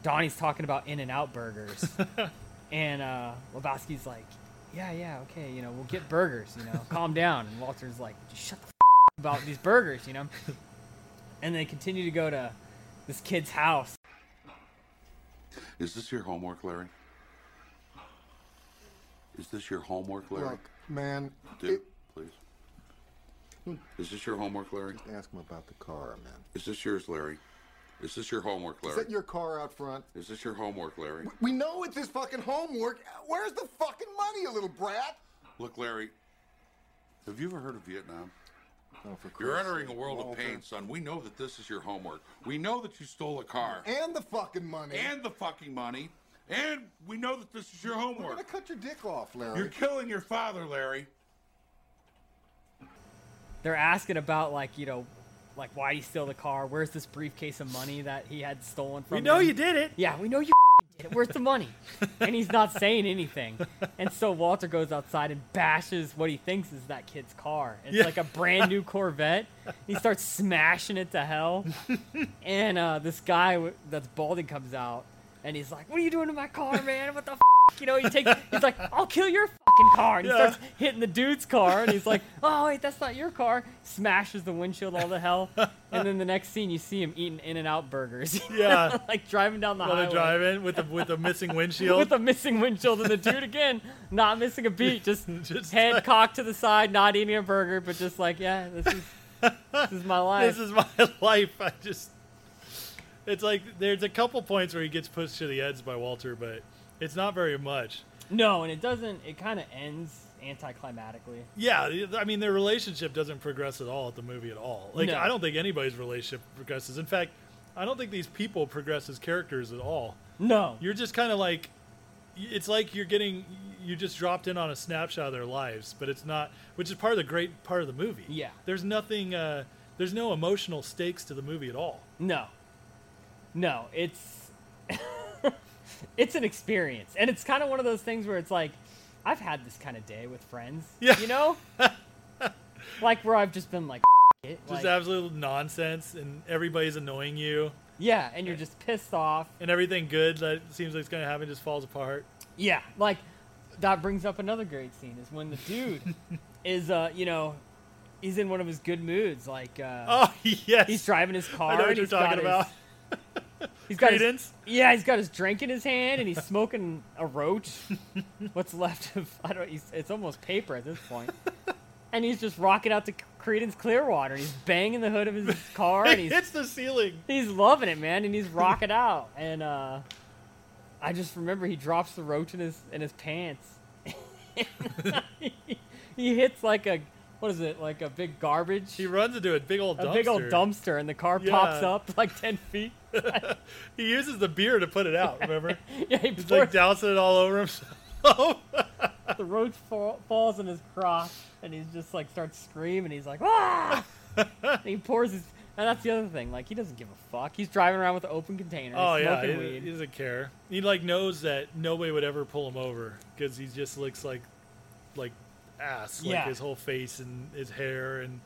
Speaker 2: Donnie's talking about In and Out burgers. And uh, Lebowski's like, yeah, yeah, okay, you know, we'll get burgers, you know, calm down. And Walter's like, just shut the f- up about these burgers, you know. And they continue to go to this kid's house.
Speaker 6: Is this your homework, Larry? Is this your homework, Larry?
Speaker 3: Look, man,
Speaker 6: Do,
Speaker 3: it-
Speaker 6: please. Is this your homework, Larry?
Speaker 3: ask him about the car, man.
Speaker 6: Is this yours, Larry? Is this your homework,
Speaker 3: Is
Speaker 6: Larry?
Speaker 3: that your car out front?
Speaker 6: Is this your homework, Larry?
Speaker 3: We know it's his fucking homework. Where's the fucking money, you little brat?
Speaker 6: Look, Larry. Have you ever heard of Vietnam?
Speaker 3: Oh, for
Speaker 6: You're
Speaker 3: Christ's
Speaker 6: entering a
Speaker 3: sake,
Speaker 6: world of
Speaker 3: Walter.
Speaker 6: pain, son. We know that this is your homework. We know that you stole a car
Speaker 3: And the fucking money.
Speaker 6: and the fucking money, and we know that this is your
Speaker 3: You're gonna
Speaker 6: homework.
Speaker 3: cut your dick off, Larry.
Speaker 6: You're killing your father, Larry.
Speaker 2: They're asking about, like, you know, like, why he steal the car? Where's this briefcase of money that he had stolen from
Speaker 1: we know
Speaker 2: him?
Speaker 1: you did it.
Speaker 2: Yeah, we know you did it. Where's the money? And he's not saying anything. And so Walter goes outside and bashes what he thinks is that kid's car. It's
Speaker 1: Yeah.
Speaker 2: like a brand new Corvette. He starts smashing it to hell. And uh, this guy w- that's balding comes out and he's like, What are you doing to my car, man? What the f? You know, he takes, he's like, I'll kill your fucking car. And he
Speaker 1: Yeah.
Speaker 2: starts hitting the dude's car. And he's like, Oh, wait, that's not your car. Smashes the windshield all to hell. And then the next scene, you see him eating In and Out burgers.
Speaker 1: Yeah.
Speaker 2: like driving down the
Speaker 1: While they're
Speaker 2: highway
Speaker 1: driving with the with the missing windshield.
Speaker 2: with a missing windshield and the dude again not missing a beat just,
Speaker 1: Just
Speaker 2: head
Speaker 1: like-
Speaker 2: cocked to the side not eating a burger but just like yeah this is this is my life
Speaker 1: this is my life. I just. It's like there's a couple points where he gets pushed to the edge by Walter, but it's not very much.
Speaker 2: no and it doesn't it kind of ends anticlimactically
Speaker 1: Yeah, I mean their relationship doesn't progress at all at the movie at all. Like
Speaker 2: No.
Speaker 1: I don't think anybody's relationship progresses. In fact, I don't think these people progress as characters at all.
Speaker 2: no
Speaker 1: You're just kind of like it's like you're getting you just dropped in on a snapshot of their lives, but it's not which is part of the great part of the movie.
Speaker 2: Yeah.
Speaker 1: There's nothing uh there's no emotional stakes to the movie at all.
Speaker 2: no no it's it's an experience and it's kind of one of those things where it's like i've had this kind of day with friends
Speaker 1: Yeah.
Speaker 2: you know like where i've just been like F- it.
Speaker 1: Just
Speaker 2: like,
Speaker 1: absolute nonsense and everybody's annoying you
Speaker 2: yeah and you're just pissed off
Speaker 1: and everything good that seems like it's going to happen just falls apart.
Speaker 2: Yeah, like that brings up another great scene is when the dude is uh you know he's in one of his good moods like uh,
Speaker 1: Oh, yes.
Speaker 2: he's driving his car
Speaker 1: I know what
Speaker 2: and
Speaker 1: you're
Speaker 2: he's
Speaker 1: talking
Speaker 2: got
Speaker 1: about.
Speaker 2: his, he's got his-
Speaker 1: Credence?
Speaker 2: yeah he's got his drink in his hand and he's smoking a roach what's left of I don't he's, it's almost paper at this point and he's just rocking out to Creedence Clearwater and he's banging the hood of his car and
Speaker 1: It
Speaker 2: he's
Speaker 1: hits the ceiling.
Speaker 2: he's loving it, man, and he's rocking out. And uh, I just remember he drops the roach in his in his pants. he, hits like a what is it? Like a big garbage,
Speaker 1: He runs into a big old dumpster.
Speaker 2: a big old dumpster, and the car
Speaker 1: Yeah.
Speaker 2: pops up like ten feet.
Speaker 1: He uses the beer to put it out. Remember,
Speaker 2: yeah, he
Speaker 1: he's
Speaker 2: pours,
Speaker 1: like dousing it all over himself.
Speaker 2: the roach fall, falls in his crotch, and he's just like starts screaming. He's like, ah! and he pours his And that's the other thing. Like, he doesn't give a fuck. He's driving around with an open container.
Speaker 1: Oh yeah,
Speaker 2: smoking
Speaker 1: he,
Speaker 2: weed.
Speaker 1: he doesn't care. He like knows that nobody would ever pull him over because he just looks like, like, ass. Like
Speaker 2: Yeah.
Speaker 1: his whole face and his hair and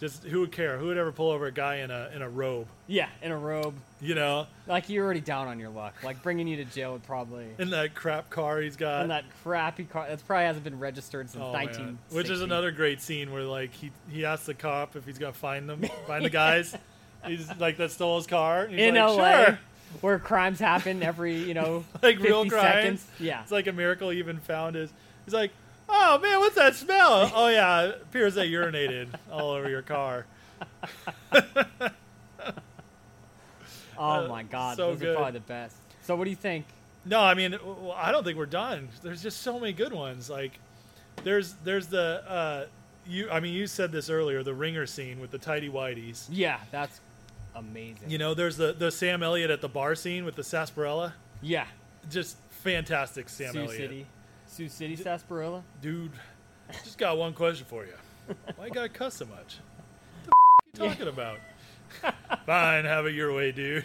Speaker 1: just who would care? Who would ever pull over a guy in a in a robe?
Speaker 2: yeah, in a robe.
Speaker 1: You know,
Speaker 2: Like, you're already down on your luck. Like, bringing you to jail would probably.
Speaker 1: in that crap car he's got.
Speaker 2: And that crappy car. That probably hasn't been registered since
Speaker 1: Oh, man.
Speaker 2: 19.
Speaker 1: Which is another great scene where like he he asks the cop if he's gonna find them, find the guys. He's like that stole his car. And he's
Speaker 2: In
Speaker 1: like,
Speaker 2: LA,
Speaker 1: sure.
Speaker 2: where crimes happen every, you know,
Speaker 1: Like
Speaker 2: 50
Speaker 1: real crimes.
Speaker 2: seconds. Yeah.
Speaker 1: It's like a miracle he even found his. He's like, oh man, what's that smell? oh yeah, it appears they urinated all over your car.
Speaker 2: oh, my God.
Speaker 1: uh, so
Speaker 2: Those
Speaker 1: good.
Speaker 2: are probably the best. So, what do you think?
Speaker 1: No, I mean, w- w- I don't think we're done. There's just so many good ones. Like, there's there's the uh, you. I mean, you said this earlier. The ringer scene with the tidy whiteys.
Speaker 2: Yeah, that's amazing.
Speaker 1: You know, there's the the Sam Elliott at the bar scene with the sarsaparilla.
Speaker 2: yeah.
Speaker 1: just fantastic Sam
Speaker 2: Sioux
Speaker 1: Elliott.
Speaker 2: City. Sioux City sarsaparilla.
Speaker 1: Dude, just got one question for you. Why you gotta cuss so much? What the f- you talking about? Fine, have it your way, dude.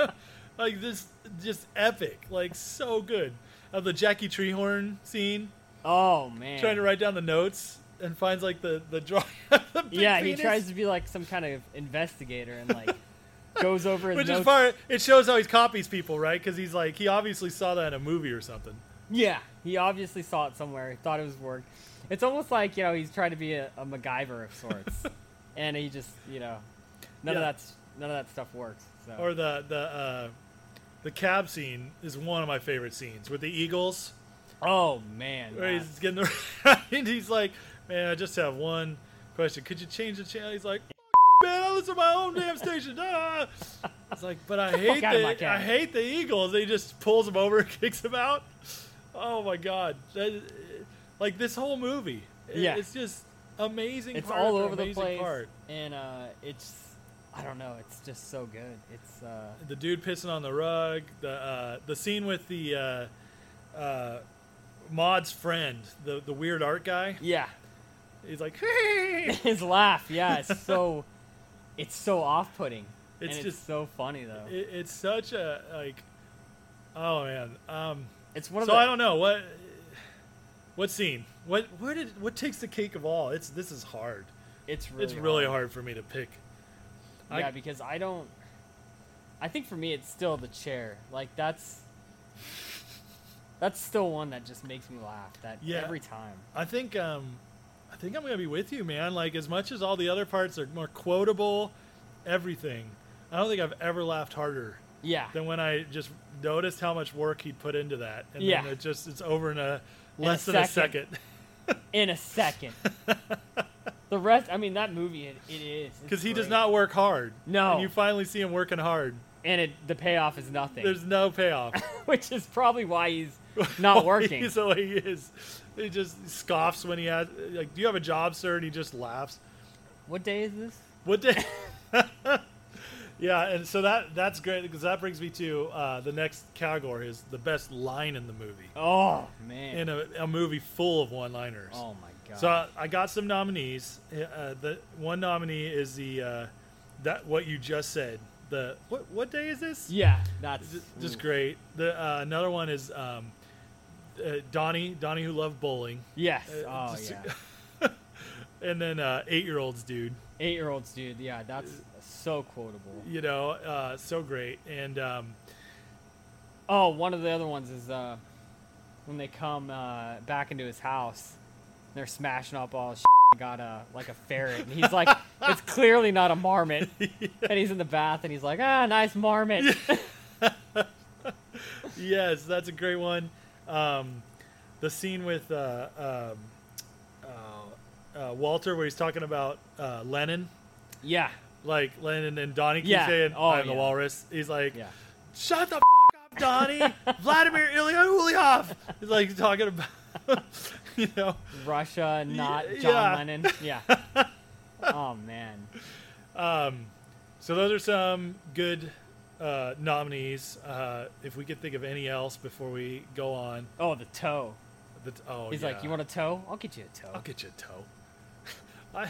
Speaker 1: like this, just epic. Like so good. Of the Jackie Treehorn scene,
Speaker 2: Oh man.
Speaker 1: trying to write down the notes and finds like the the drawing. Of the big
Speaker 2: yeah,
Speaker 1: penis,
Speaker 2: he tries to be like some kind of investigator and like goes over his
Speaker 1: Which
Speaker 2: notes.
Speaker 1: is part. It shows how he copies people, right? Because he's like he obviously saw that in a movie or something.
Speaker 2: Yeah, he obviously saw it somewhere. He thought it was work. It's almost like you know he's trying to be a, a MacGyver of sorts, and he just you know none of
Speaker 1: Yeah.
Speaker 2: that's none of that stuff works. So.
Speaker 1: or the the uh, the cab scene is one of my favorite scenes with the Eagles.
Speaker 2: oh man.
Speaker 1: Where
Speaker 2: yeah.
Speaker 1: he's getting the ride, he's like, "Man, I just have one question. Could you change the channel?" He's like, "F- you, "Man, I listen to my own damn station." Ah. It's like, but I hate
Speaker 2: outta my
Speaker 1: the
Speaker 2: cab."
Speaker 1: I hate the Eagles. They just pulls him over, kicks him out. Oh my god, That is- like this whole movie. It-
Speaker 2: Yeah.
Speaker 1: it's just amazing.
Speaker 2: it's
Speaker 1: part
Speaker 2: all
Speaker 1: after
Speaker 2: over the
Speaker 1: amazing
Speaker 2: place,
Speaker 1: part.
Speaker 2: and uh, it's I don't know. It's just so good. It's uh,
Speaker 1: the dude pissing on the rug, the uh, the scene with the uh, uh, Maud's friend, the the weird art guy.
Speaker 2: yeah.
Speaker 1: He's like, hey,
Speaker 2: His laugh, yeah, it's so, it's so off-putting.
Speaker 1: It's
Speaker 2: It's and
Speaker 1: just-
Speaker 2: it's so funny though.
Speaker 1: it, it's such a like, oh man. Um,
Speaker 2: it's one of
Speaker 1: so
Speaker 2: the.
Speaker 1: I don't know what what scene, what what did what takes the cake of all. It's this is hard.
Speaker 2: it's really
Speaker 1: it's really hard for me to pick. I-
Speaker 2: Yeah, because I don't. I think for me, it's still the chair. Like that's. That's still one that just makes me laugh. That
Speaker 1: Yeah.
Speaker 2: every time.
Speaker 1: I think um, I think I'm gonna be with you, man. Like as much as all the other parts are more quotable, everything. I don't think I've ever laughed harder
Speaker 2: Yeah.
Speaker 1: than when I just noticed how much work he'd put into that, and
Speaker 2: Yeah.
Speaker 1: then it just it's over in a
Speaker 2: a
Speaker 1: less than
Speaker 2: second.
Speaker 1: a second
Speaker 2: In a second. the rest, I mean, that movie, it, it is. it's
Speaker 1: because he does
Speaker 2: great.
Speaker 1: not work hard.
Speaker 2: No.
Speaker 1: and you finally see him working hard.
Speaker 2: And it, the payoff is nothing,
Speaker 1: There's no payoff.
Speaker 2: which is probably why he's not working.
Speaker 1: He's the way he is. He just scoffs when he has like, "Do you have a job, sir?" And he just laughs.
Speaker 2: what day is this?
Speaker 1: What did? yeah, and so that that's great because that brings me to uh, the next category is the best line in the movie
Speaker 2: Oh man.
Speaker 1: in a, a movie full of one-liners.
Speaker 2: oh my god.
Speaker 1: So I, I got some nominees. Uh, the one nominee is the uh, that what you just said. The what what day is this?
Speaker 2: yeah, that's
Speaker 1: J- just great. The uh, another one is um, uh, Donnie Donnie who loved bowling,
Speaker 2: Yes.
Speaker 1: Uh,
Speaker 2: oh
Speaker 1: just-
Speaker 2: yeah.
Speaker 1: and then uh, eight year olds dude.
Speaker 2: Eight-year-olds, dude. Yeah, that's so quotable.
Speaker 1: You know, uh, so great. And um,
Speaker 2: Oh, one of the other ones is uh, when they come uh, back into his house, and they're smashing up all his shit and got a like a ferret, and he's like, it's clearly not a marmot, and he's in the bath, and he's like, ah, nice marmot.
Speaker 1: yes, that's a great one. Um, the scene with uh, um, uh, uh, Walter where he's talking about uh, Lennon.
Speaker 2: yeah,
Speaker 1: Like Lennon and Donnie keep
Speaker 2: Yeah.
Speaker 1: saying,
Speaker 2: Oh,
Speaker 1: "I'm the
Speaker 2: yeah.
Speaker 1: walrus." He's like,
Speaker 2: yeah,
Speaker 1: shut the f- up, Donnie. Vladimir Ilya He's like talking about, you know.
Speaker 2: Russia, not
Speaker 1: Y-
Speaker 2: John
Speaker 1: yeah.
Speaker 2: Lennon. Yeah. oh man,
Speaker 1: So those are some good uh, nominees. Uh, if we could think of any else before we go on,
Speaker 2: oh the toe.
Speaker 1: that's, oh,
Speaker 2: He's like,
Speaker 1: yeah.
Speaker 2: you want a toe? I'll get you a toe.
Speaker 1: I'll get you a toe. I,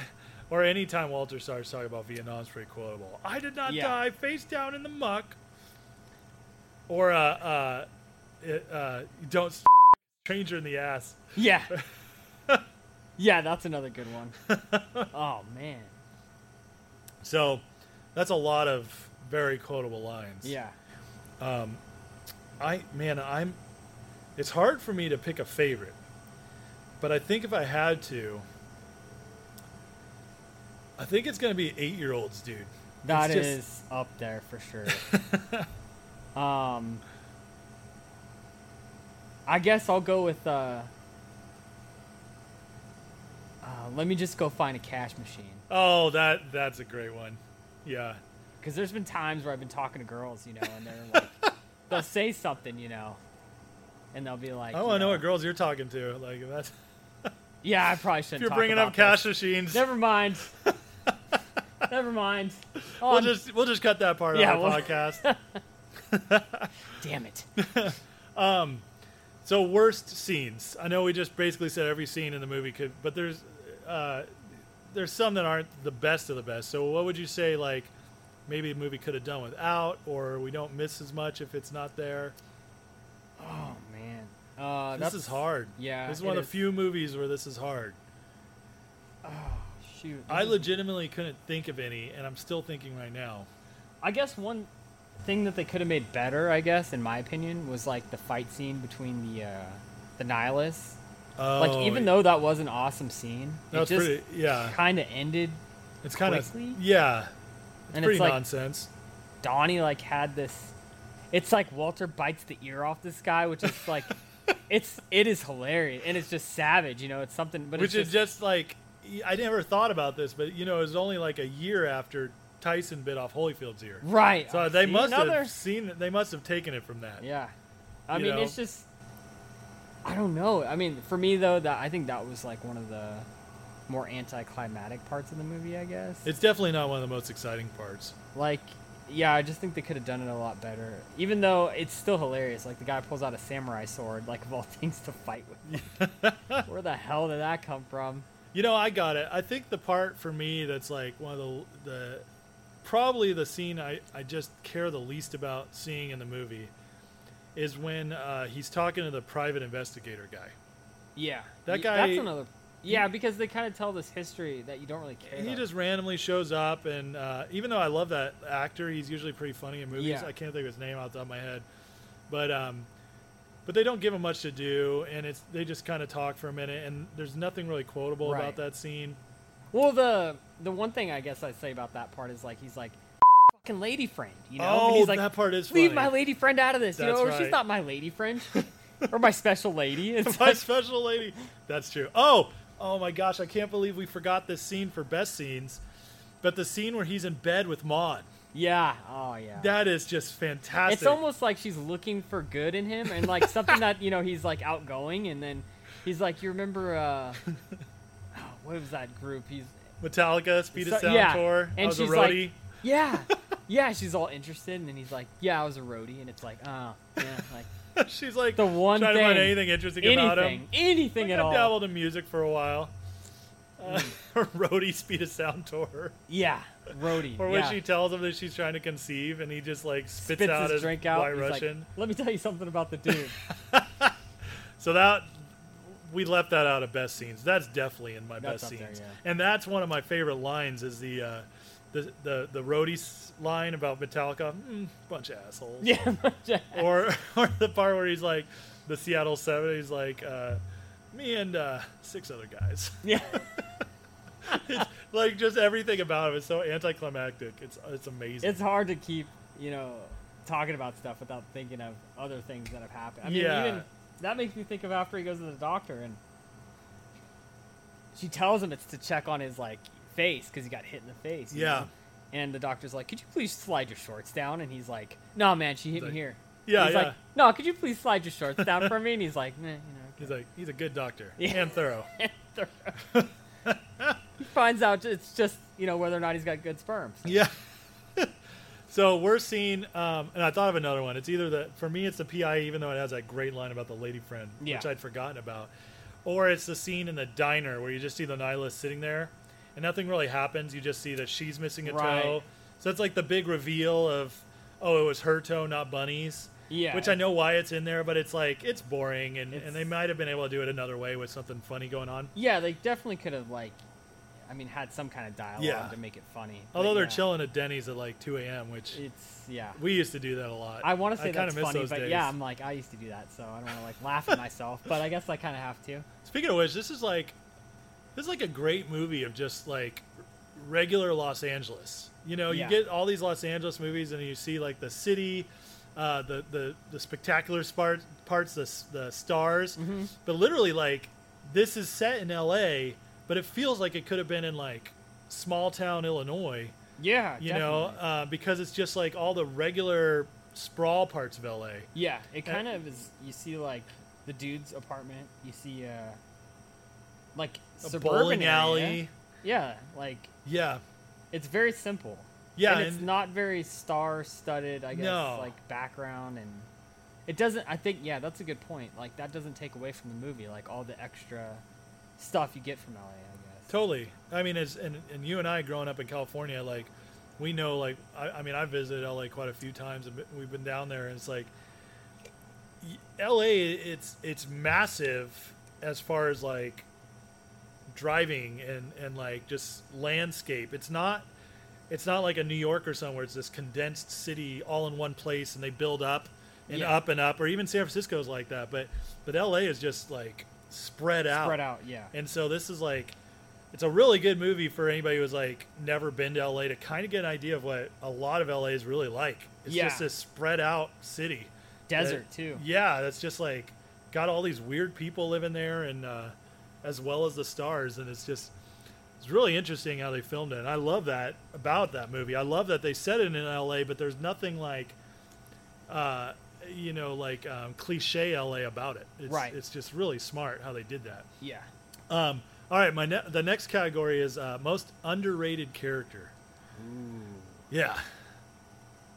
Speaker 1: Or anytime Walter starts talking about Vietnam's pretty quotable. I did not
Speaker 2: Yeah.
Speaker 1: die face down in the muck. Or uh, uh, it, uh, you don't s- stranger in the ass.
Speaker 2: Yeah. yeah, that's another good one. oh man.
Speaker 1: So that's a lot of very quotable lines.
Speaker 2: Yeah.
Speaker 1: I man, I'm. It's hard for me to pick a favorite, but I think if I had to, I think it's gonna be eight year olds, dude.
Speaker 2: that is
Speaker 1: just-
Speaker 2: up there for sure. um I guess I'll go with uh, uh let me just go find a cash machine.
Speaker 1: Oh, that that's a great one. Yeah,
Speaker 2: Because there's been times where I've been talking to girls, you know, and they're like, they'll say something, you know, and they'll be like,
Speaker 1: Oh, I
Speaker 2: you
Speaker 1: want to know
Speaker 2: know,
Speaker 1: what girls you're talking to. Like that's
Speaker 2: Yeah, I probably
Speaker 1: if
Speaker 2: shouldn't.
Speaker 1: you're
Speaker 2: talk
Speaker 1: bringing up
Speaker 2: about this.
Speaker 1: cash machines.
Speaker 2: Never mind. Never mind. Oh,
Speaker 1: We'll
Speaker 2: I'm-
Speaker 1: just we'll just cut that part
Speaker 2: Yeah,
Speaker 1: out of the
Speaker 2: we'll-
Speaker 1: podcast.
Speaker 2: damn it.
Speaker 1: so worst scenes. I know we just basically said every scene in the movie could, but there's uh, there's some that aren't the best of the best. So what would you say like maybe the movie could have done without, or we don't miss as much if it's not there?
Speaker 2: Oh man, uh,
Speaker 1: This
Speaker 2: that's
Speaker 1: is hard.
Speaker 2: yeah,
Speaker 1: this is one
Speaker 2: it
Speaker 1: of the
Speaker 2: is.
Speaker 1: few movies where this is hard.
Speaker 2: Shoot,
Speaker 1: I
Speaker 2: I,
Speaker 1: legitimately couldn't think of any, and I'm still thinking right now.
Speaker 2: I guess one thing that they could have made better, I guess, in my opinion, was like the fight scene between the uh, the nihilists. like
Speaker 1: Oh,
Speaker 2: even though that was an awesome scene,
Speaker 1: No,
Speaker 2: it
Speaker 1: it's
Speaker 2: just
Speaker 1: pretty- yeah.
Speaker 2: kind of ended,
Speaker 1: it's kind of
Speaker 2: quickly?
Speaker 1: yeah,
Speaker 2: and
Speaker 1: pretty
Speaker 2: it's like
Speaker 1: nonsense.
Speaker 2: Donnie like had this. It's like Walter bites the ear off this guy, which is like, it's it is hilarious and it's just savage, you know. It's something, but
Speaker 1: Which
Speaker 2: it's
Speaker 1: is just like I never thought about this, but you know, it was only like a year after Tyson bit off Holyfield's ear.
Speaker 2: right. oh,
Speaker 1: So they
Speaker 2: See,
Speaker 1: must
Speaker 2: another-
Speaker 1: have seen it. They must have taken it from that.
Speaker 2: Yeah. I
Speaker 1: You
Speaker 2: mean,
Speaker 1: know?
Speaker 2: it's just I don't know. I mean, for me though, that I think that was like one of the more anticlimactic parts of the movie, I guess.
Speaker 1: It's definitely not one of the most exciting parts.
Speaker 2: like yeah, I just think they could have done it a lot better. Even though it's still hilarious. Like the guy pulls out a samurai sword, like of all things to fight with. Like, where the hell did that come from?
Speaker 1: You know, I got it. I think the part for me that's like one of the the probably the scene I, I just care the least about seeing in the movie is when uh, he's talking to the private investigator guy.
Speaker 2: Yeah.
Speaker 1: That
Speaker 2: Y-
Speaker 1: guy-
Speaker 2: That's another Yeah, because they kind of tell this history that you don't really care.
Speaker 1: And he
Speaker 2: about.
Speaker 1: just randomly shows up, and uh, even though I love that actor, he's usually pretty funny in movies.
Speaker 2: Yeah.
Speaker 1: I can't think of his name off the top of my head, but um, but they don't give him much to do, and it's they just kind of talk for a minute, and there's nothing really quotable about
Speaker 2: Right.
Speaker 1: that scene.
Speaker 2: Well, the the one thing I guess I say about that part is like he's like "Your fucking lady friend, you know?
Speaker 1: Oh,
Speaker 2: and he's like,
Speaker 1: that part is
Speaker 2: leave
Speaker 1: funny.
Speaker 2: my lady friend out of this. you
Speaker 1: That's
Speaker 2: know,
Speaker 1: right.
Speaker 2: she's not my lady friend or my special lady. It's
Speaker 1: My
Speaker 2: like,
Speaker 1: special lady. That's true. Oh, oh my gosh, I can't believe we forgot this scene for best scenes, but the scene where he's in bed with Maud.
Speaker 2: yeah, oh yeah.
Speaker 1: That is just fantastic.
Speaker 2: it's almost like she's looking for good in him and like something that you know he's like outgoing and then he's like, you remember uh, oh, what was that group? He's
Speaker 1: Metallica Speed of
Speaker 2: So-
Speaker 1: Sound
Speaker 2: yeah.
Speaker 1: tour. I
Speaker 2: And
Speaker 1: was a
Speaker 2: she's like-
Speaker 1: roadie.
Speaker 2: yeah, yeah. She's all interested and then he's like, yeah, I was a roadie and it's like, oh yeah, like
Speaker 1: she's like
Speaker 2: The one
Speaker 1: trying to find
Speaker 2: thing.
Speaker 1: anything interesting about him.
Speaker 2: anything, anything
Speaker 1: I
Speaker 2: at all. Hmm.
Speaker 1: dabbled in music for a while. Uh, Rhodey speed of sound tour,
Speaker 2: Yeah, roadie.
Speaker 1: or when
Speaker 2: yeah.
Speaker 1: she tells him that she's trying to conceive, and he just like spits,
Speaker 2: spits
Speaker 1: out
Speaker 2: his,
Speaker 1: his
Speaker 2: drink out.
Speaker 1: White
Speaker 2: and he's like,
Speaker 1: Russian.
Speaker 2: Let me tell you something about the dude.
Speaker 1: So that we left that out of best scenes. That's definitely in my
Speaker 2: That's
Speaker 1: best
Speaker 2: up there,
Speaker 1: scenes,
Speaker 2: yeah.
Speaker 1: and that's one of my favorite lines is the uh, the the the Rhodey s- line about Metallica, mm, bunch of assholes.
Speaker 2: yeah, Jack.
Speaker 1: or or the part where he's like the Seattle Seven. He's like uh, me and uh, six other guys.
Speaker 2: yeah.
Speaker 1: like just everything about him is so anticlimactic. It's it's amazing.
Speaker 2: It's hard to keep you know talking about stuff without thinking of other things that have happened. I mean,
Speaker 1: Yeah.
Speaker 2: even that makes me think of after he goes to the doctor and she tells him it's to check on his like face because he got hit in the face. you
Speaker 1: Yeah.
Speaker 2: know? And the doctor's like, "Could you please slide your shorts down?" And he's like, "No, man, she hit
Speaker 1: Like-
Speaker 2: me here."
Speaker 1: Yeah,
Speaker 2: He's
Speaker 1: yeah.
Speaker 2: like, "No, could you please slide your shorts down for me?" And he's like, nah, "You know." okay."
Speaker 1: he's like he's a good doctor
Speaker 2: Yeah.
Speaker 1: and thorough.
Speaker 2: he finds out it's just you know whether or not he's got good sperm.
Speaker 1: yeah. so we're seeing, um, and I thought of another one. It's either the for me it's the PI, even though it has that great line about the lady friend,
Speaker 2: Yeah.
Speaker 1: which I'd forgotten about, or it's the scene in the diner where you just see the nihilist sitting there. and nothing really happens. You just see that she's missing a
Speaker 2: Right.
Speaker 1: toe. So it's like the big reveal of, oh, it was her toe, not Bunny's.
Speaker 2: Yeah.
Speaker 1: Which I know why it's in there, but it's like it's boring, and,
Speaker 2: It's-
Speaker 1: and they might have been able to do it another way with something funny going on.
Speaker 2: Yeah, they definitely could have like, I mean, had some kind of dialogue
Speaker 1: Yeah.
Speaker 2: to make it funny. but
Speaker 1: Although they're
Speaker 2: yeah,
Speaker 1: chilling at Denny's at like 2 a.m., which
Speaker 2: It's yeah.
Speaker 1: we used to do that a lot.
Speaker 2: I want to say
Speaker 1: kinda
Speaker 2: that's
Speaker 1: miss
Speaker 2: funny,
Speaker 1: those
Speaker 2: but
Speaker 1: days.
Speaker 2: yeah, I'm like I used to do that, so I don't want to like laugh at myself, but I guess I kind of have to.
Speaker 1: Speaking of which, this is like this is like a great movie of just like regular Los Angeles. You know,
Speaker 2: Yeah.
Speaker 1: you get all these Los Angeles movies, and you see like the city, uh, the the the spectacular spart- parts, the s- the stars.
Speaker 2: Mm-hmm.
Speaker 1: But literally, like this is set in L.A., but it feels like it could have been in like small town Illinois.
Speaker 2: Yeah,
Speaker 1: You know, uh, because it's just like all the regular sprawl parts of L.A.
Speaker 2: Yeah, it
Speaker 1: Uh,
Speaker 2: kind of is. You see like the dude's apartment. You see uh, like
Speaker 1: A
Speaker 2: suburban
Speaker 1: bowling
Speaker 2: area.
Speaker 1: alley.
Speaker 2: Yeah, like
Speaker 1: Yeah.
Speaker 2: it's very simple.
Speaker 1: Yeah,
Speaker 2: and it's
Speaker 1: and-
Speaker 2: not very star-studded. I guess
Speaker 1: No.
Speaker 2: like background and it doesn't. I think yeah, that's a good point. Like that doesn't take away from the movie. Like all the extra stuff you get from LA. I guess.
Speaker 1: Totally. I mean, as and, and you and I growing up in California, like we know, like I, I mean, I visited LA quite a few times, and we've been down there, and it's like y- LA. It's it's massive as far as like driving and and like just landscape. It's not. It's not like a New York or somewhere. It's this condensed city all in one place, and they build up and
Speaker 2: Yeah.
Speaker 1: up and up. Or even San Francisco's like that, but but LA is just like spread out.
Speaker 2: Spread out. Yeah.
Speaker 1: And so this is like, it's a really good movie for anybody who's like never been to LA to kind of get an idea of what a lot of LA is really like. It's
Speaker 2: Yeah.
Speaker 1: just this spread out city.
Speaker 2: Desert
Speaker 1: that-
Speaker 2: too.
Speaker 1: Yeah, that's just like got all these weird people living there, and uh, as well as the stars, and it's just it's really interesting how they filmed it. And I love that about that movie. I love that they set it in L.A., but there's nothing like. Uh, you know, like um, cliche LA about it. It's,
Speaker 2: Right.
Speaker 1: It's just really smart how they did that.
Speaker 2: Yeah.
Speaker 1: Um, all right, my ne- the next category is uh, most underrated character. Yeah.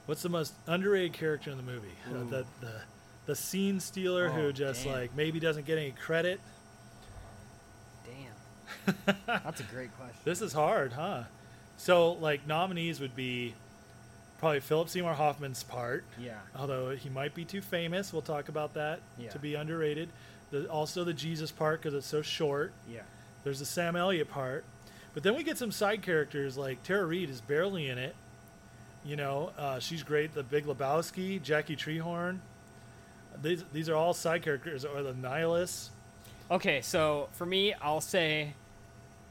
Speaker 1: What's the most underrated character in the movie? Uh, the, the the scene stealer
Speaker 2: Oh,
Speaker 1: who just
Speaker 2: damn.
Speaker 1: like maybe doesn't get any credit.
Speaker 2: Damn. that's a great question.
Speaker 1: This is hard, huh? So like nominees would be probably Philip Seymour Hoffman's part.
Speaker 2: Yeah.
Speaker 1: although he might be too famous. We'll talk about that
Speaker 2: Yeah.
Speaker 1: to be underrated. The, also the Jesus part because it's so short.
Speaker 2: Yeah.
Speaker 1: There's the Sam Elliott part, but then we get some side characters like Tara Reid is barely in it. You know, uh, she's great. The Big Lebowski, Jackie Treehorn. These these are all side characters, or the Nihilus.
Speaker 2: Okay, so for me, I'll say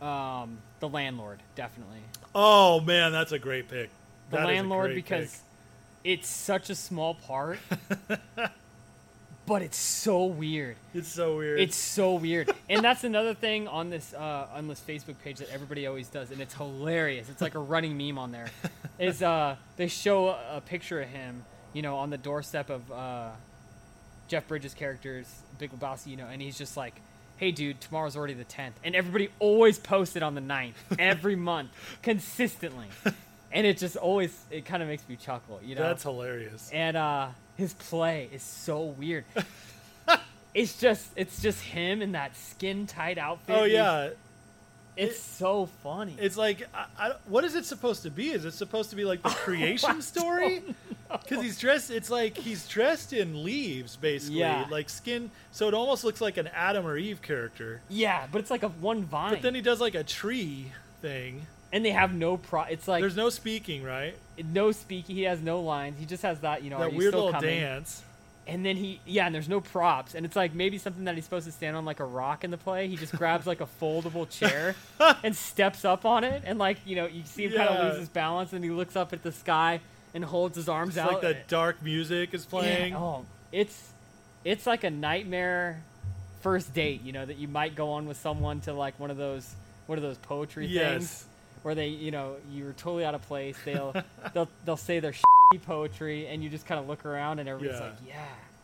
Speaker 2: um, the landlord definitely.
Speaker 1: Oh man, that's a great pick.
Speaker 2: the
Speaker 1: That is a
Speaker 2: landlord
Speaker 1: great
Speaker 2: because
Speaker 1: pick.
Speaker 2: it's such a small part but it's so weird
Speaker 1: it's so weird.
Speaker 2: it's so weird and that's another thing on this uh, on this facebook page that everybody always does and it's hilarious it's like a running meme on there is uh they show a, a picture of him you know on the doorstep of uh jeff bridges characters big lebowski you know and he's just like hey dude tomorrow's already the 10th and everybody always posts it on the 9th every month consistently and it just always it kind of makes me chuckle you know
Speaker 1: that's hilarious.
Speaker 2: and uh his play is so weird. it's just it's just him in that skin tight outfit.
Speaker 1: Oh
Speaker 2: He's-
Speaker 1: yeah,
Speaker 2: it's so funny.
Speaker 1: it's like I, I, what is it supposed to be? Is it supposed to be like the
Speaker 2: Oh,
Speaker 1: creation story? Because he's dressed, it's like he's dressed in leaves, basically,
Speaker 2: Yeah.
Speaker 1: like skin. So it almost looks like an Adam or Eve character.
Speaker 2: yeah, but it's like a one vine,
Speaker 1: But then he does like a tree thing.
Speaker 2: and they have no pro. It's like
Speaker 1: There's no speaking, right?
Speaker 2: no speaking. He has no lines. He just has that you know. are
Speaker 1: that
Speaker 2: you
Speaker 1: weird
Speaker 2: Oh, still
Speaker 1: little
Speaker 2: coming?
Speaker 1: dance.
Speaker 2: And then he yeah, and there's no props, and it's like maybe something that he's supposed to stand on like a rock in the play. He just grabs like a foldable chair and steps up on it, and like you know you see him kind
Speaker 1: Yeah.
Speaker 2: of lose his balance, and he looks up at the sky and holds his arms
Speaker 1: It's
Speaker 2: out.
Speaker 1: like that dark music is
Speaker 2: Yeah,
Speaker 1: playing.
Speaker 2: oh, it's it's like a nightmare first date, you know, that you might go on with someone to like one of those one of those poetry
Speaker 1: Yes.
Speaker 2: things where they, you know, you're totally out of place. They'll they'll they'll say their shitty poetry, and you just kind of look around, and everybody's
Speaker 1: Yeah.
Speaker 2: like,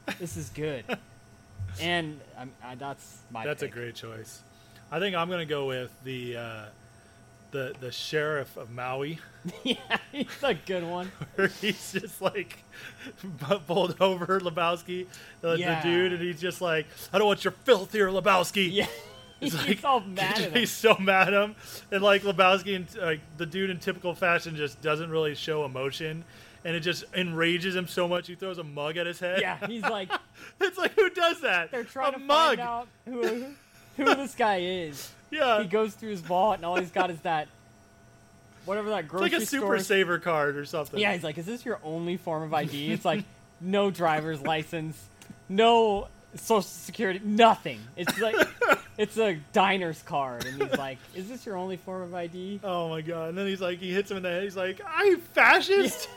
Speaker 2: "Yeah, this is good." and um, I, that's my
Speaker 1: That's a
Speaker 2: pick.
Speaker 1: great choice. I think I'm gonna go with the uh, the the sheriff of Maui.
Speaker 2: yeah, it's a good one.
Speaker 1: where he's just like bu- pulled over Lebowski, the, the
Speaker 2: Yeah.
Speaker 1: dude, and he's just like, "I don't want your filth here, Lebowski."
Speaker 2: Yeah,
Speaker 1: It's
Speaker 2: He's all mad at him.
Speaker 1: He's so mad at him, and like Lebowski and like the dude in typical fashion just doesn't really show emotion, and it just enrages him so much he throws a mug at his head.
Speaker 2: Yeah, he's like
Speaker 1: it's like who does that?
Speaker 2: they're trying
Speaker 1: a
Speaker 2: to
Speaker 1: mug.
Speaker 2: find out who who this guy is.
Speaker 1: Yeah,
Speaker 2: He goes through his vault and all he's got is that whatever that
Speaker 1: it's
Speaker 2: grocery
Speaker 1: like a super
Speaker 2: store.
Speaker 1: saver card or something.
Speaker 2: Yeah, he's like, is this your only form of ID? It's like no driver's license, no social security, nothing. It's like it's a diner's card, and he's like, is this your only form of ID?
Speaker 1: Oh my god! And then he's like, he hits him in the head. He's like, "Are you fascist?"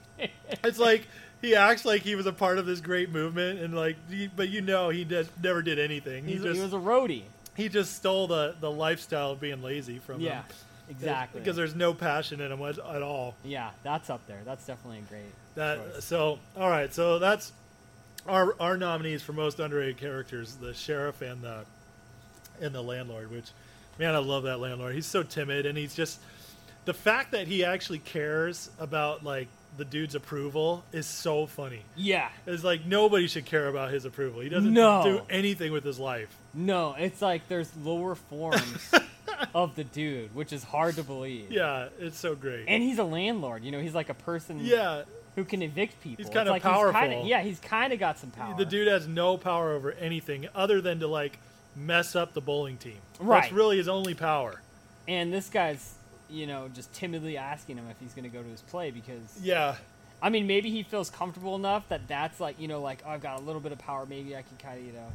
Speaker 1: it's like he acts like he was a part of this great movement, and like, he- but you know, he just never did anything. He
Speaker 2: He's-
Speaker 1: just
Speaker 2: he was a roadie.
Speaker 1: he just stole the the lifestyle of being lazy from
Speaker 2: Yeah,
Speaker 1: him.
Speaker 2: exactly.
Speaker 1: Because there's no passion in him at at all.
Speaker 2: yeah, that's up there. That's definitely a great.
Speaker 1: That
Speaker 2: choice.
Speaker 1: so all right. So that's our our nominees for most underrated characters: the sheriff and the and the landlord. Which man, I love that landlord. He's so timid, and he's just the fact that he actually cares about like the dude's approval is so funny.
Speaker 2: Yeah,
Speaker 1: It's like nobody should care about his approval. He doesn't
Speaker 2: No.
Speaker 1: do anything with his life.
Speaker 2: no, it's like there's lower forms of the dude, which is hard to believe.
Speaker 1: Yeah, it's so great.
Speaker 2: And he's a landlord, you know. He's like a person
Speaker 1: yeah,
Speaker 2: who can evict people.
Speaker 1: He's
Speaker 2: It's
Speaker 1: kinda
Speaker 2: like kinda,
Speaker 1: powerful.
Speaker 2: yeah, he's kind of got some power.
Speaker 1: the dude has no power over anything other than to like mess up the bowling team.
Speaker 2: Right.
Speaker 1: That's really his only power.
Speaker 2: And this guy's, you know, just timidly asking him if he's going to go to his play because,
Speaker 1: Yeah.
Speaker 2: I mean, maybe he feels comfortable enough that that's like, you know, like, oh, I've got a little bit of power. Maybe I can kind of, you know.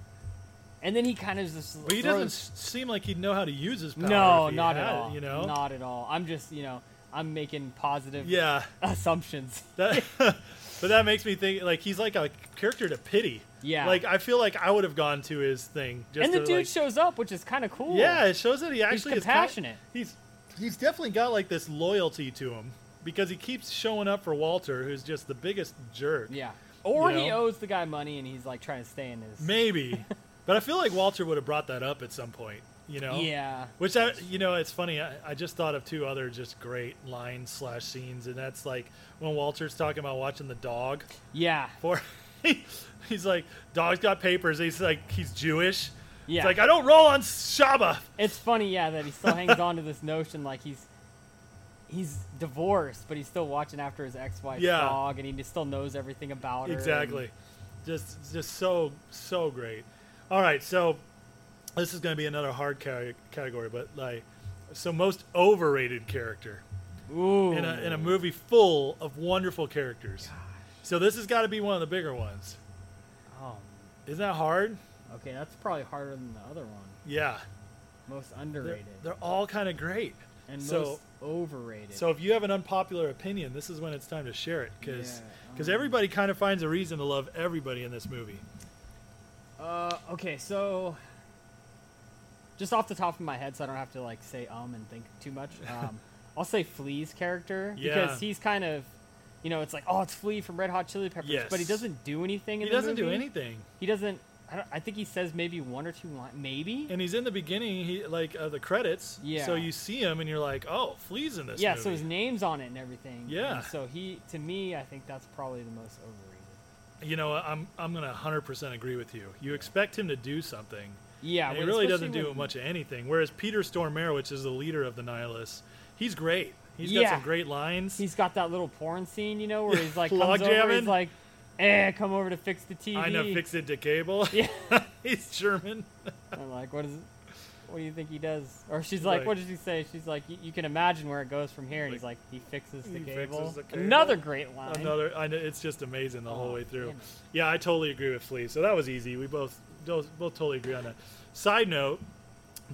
Speaker 2: And then he kind of just.
Speaker 1: But he
Speaker 2: throws-
Speaker 1: doesn't s- seem like he'd know how to use his power.
Speaker 2: No,
Speaker 1: if he
Speaker 2: not
Speaker 1: had
Speaker 2: at
Speaker 1: it,
Speaker 2: all.
Speaker 1: You know?
Speaker 2: Not at all. I'm just, you know, I'm making positive
Speaker 1: Yeah.
Speaker 2: assumptions.
Speaker 1: That, but that makes me think like he's like a character to pity.
Speaker 2: Yeah.
Speaker 1: Like I feel like I would have gone to his thing. Just
Speaker 2: and the
Speaker 1: to,
Speaker 2: dude
Speaker 1: like-
Speaker 2: shows up, which is kind of cool.
Speaker 1: Yeah, it shows that he actually is kind-
Speaker 2: compassionate.
Speaker 1: he's he's definitely got like this loyalty to him because he keeps showing up for Walter, who's just the biggest jerk.
Speaker 2: Yeah. Or
Speaker 1: You
Speaker 2: he
Speaker 1: know?
Speaker 2: owes the guy money and he's like trying to stay in his.
Speaker 1: Maybe, but I feel like Walter would have brought that up at some point. You know.
Speaker 2: Yeah.
Speaker 1: Which I, you know, it's funny. I, I just thought of two other just great lines slash scenes, and that's like when Walter's talking about watching the dog
Speaker 2: Yeah.
Speaker 1: for. he's like, dog's got papers. He's like, he's Jewish.
Speaker 2: Yeah.
Speaker 1: He's like, I don't roll on Shabbat.
Speaker 2: It's funny, yeah, that he still hangs on to this notion like he's he's divorced, but he's still watching after his ex-wife's
Speaker 1: Yeah.
Speaker 2: dog, and he just still knows everything about her. and-
Speaker 1: Exactly. Just just so so great. All right, so this is going to be another hard ca- category, but like so most overrated character
Speaker 2: Ooh.
Speaker 1: in a in a movie full of wonderful characters. So this has got to be one of the bigger ones.
Speaker 2: Oh,
Speaker 1: Isn't that hard?
Speaker 2: okay, that's probably harder than the other one.
Speaker 1: Yeah.
Speaker 2: Most
Speaker 1: They're,
Speaker 2: underrated
Speaker 1: they're all kind of great.
Speaker 2: and
Speaker 1: so
Speaker 2: most overrated.
Speaker 1: so if you have an unpopular opinion, this is when it's time to share it cuz
Speaker 2: Yeah, um.
Speaker 1: cuz everybody kind of finds a reason to love everybody in this movie.
Speaker 2: uh, okay, so just off the top of my head, so I don't have to like say um and think too much. Um, I'll say Flea's character
Speaker 1: Yeah.
Speaker 2: because he's kind of, you know, it's like oh, it's Flea from Red Hot Chili Peppers, but he
Speaker 1: Yes.
Speaker 2: doesn't do anything. In
Speaker 1: He
Speaker 2: the
Speaker 1: doesn't do
Speaker 2: movie.
Speaker 1: anything.
Speaker 2: He doesn't. I, don't, I think he says maybe one or two lines. Maybe.
Speaker 1: and he's in the beginning, he like of the credits.
Speaker 2: Yeah.
Speaker 1: So you see him, and you're like, oh, Flea's in this.
Speaker 2: yeah.
Speaker 1: movie.
Speaker 2: So his name's on it and everything.
Speaker 1: Yeah.
Speaker 2: And so he, to me, I think that's probably the most overrated.
Speaker 1: you know, I'm I'm gonna 100 percent agree with you. You expect him to do something,
Speaker 2: Yeah.
Speaker 1: and he
Speaker 2: when-
Speaker 1: really
Speaker 2: especially
Speaker 1: doesn't do
Speaker 2: when-
Speaker 1: much of anything. Whereas Peter Stormare, which is the leader of the Nihilists, he's great. He's got
Speaker 2: Yeah.
Speaker 1: some great lines.
Speaker 2: He's got that little porn scene, you know, where he's like comes
Speaker 1: Log
Speaker 2: over, he's
Speaker 1: jamming?
Speaker 2: like, "Eh, come over to fix the TV."
Speaker 1: I know, fix it to cable.
Speaker 2: Yeah.
Speaker 1: he's German.
Speaker 2: I'm like, what is? What do you think he does? Or she's like,
Speaker 1: Like-
Speaker 2: what did she say? She's like, "Y- you can imagine where it goes from here. And he's like,
Speaker 1: Like-
Speaker 2: he fixes the,
Speaker 1: He fixes
Speaker 2: cable.
Speaker 1: the cable.
Speaker 2: Another great line.
Speaker 1: Another, I know it's just amazing the whole
Speaker 2: Oh,
Speaker 1: way through.
Speaker 2: man.
Speaker 1: Yeah, I totally agree with Flea. So that was easy. We both both, both totally agree on that. Side note: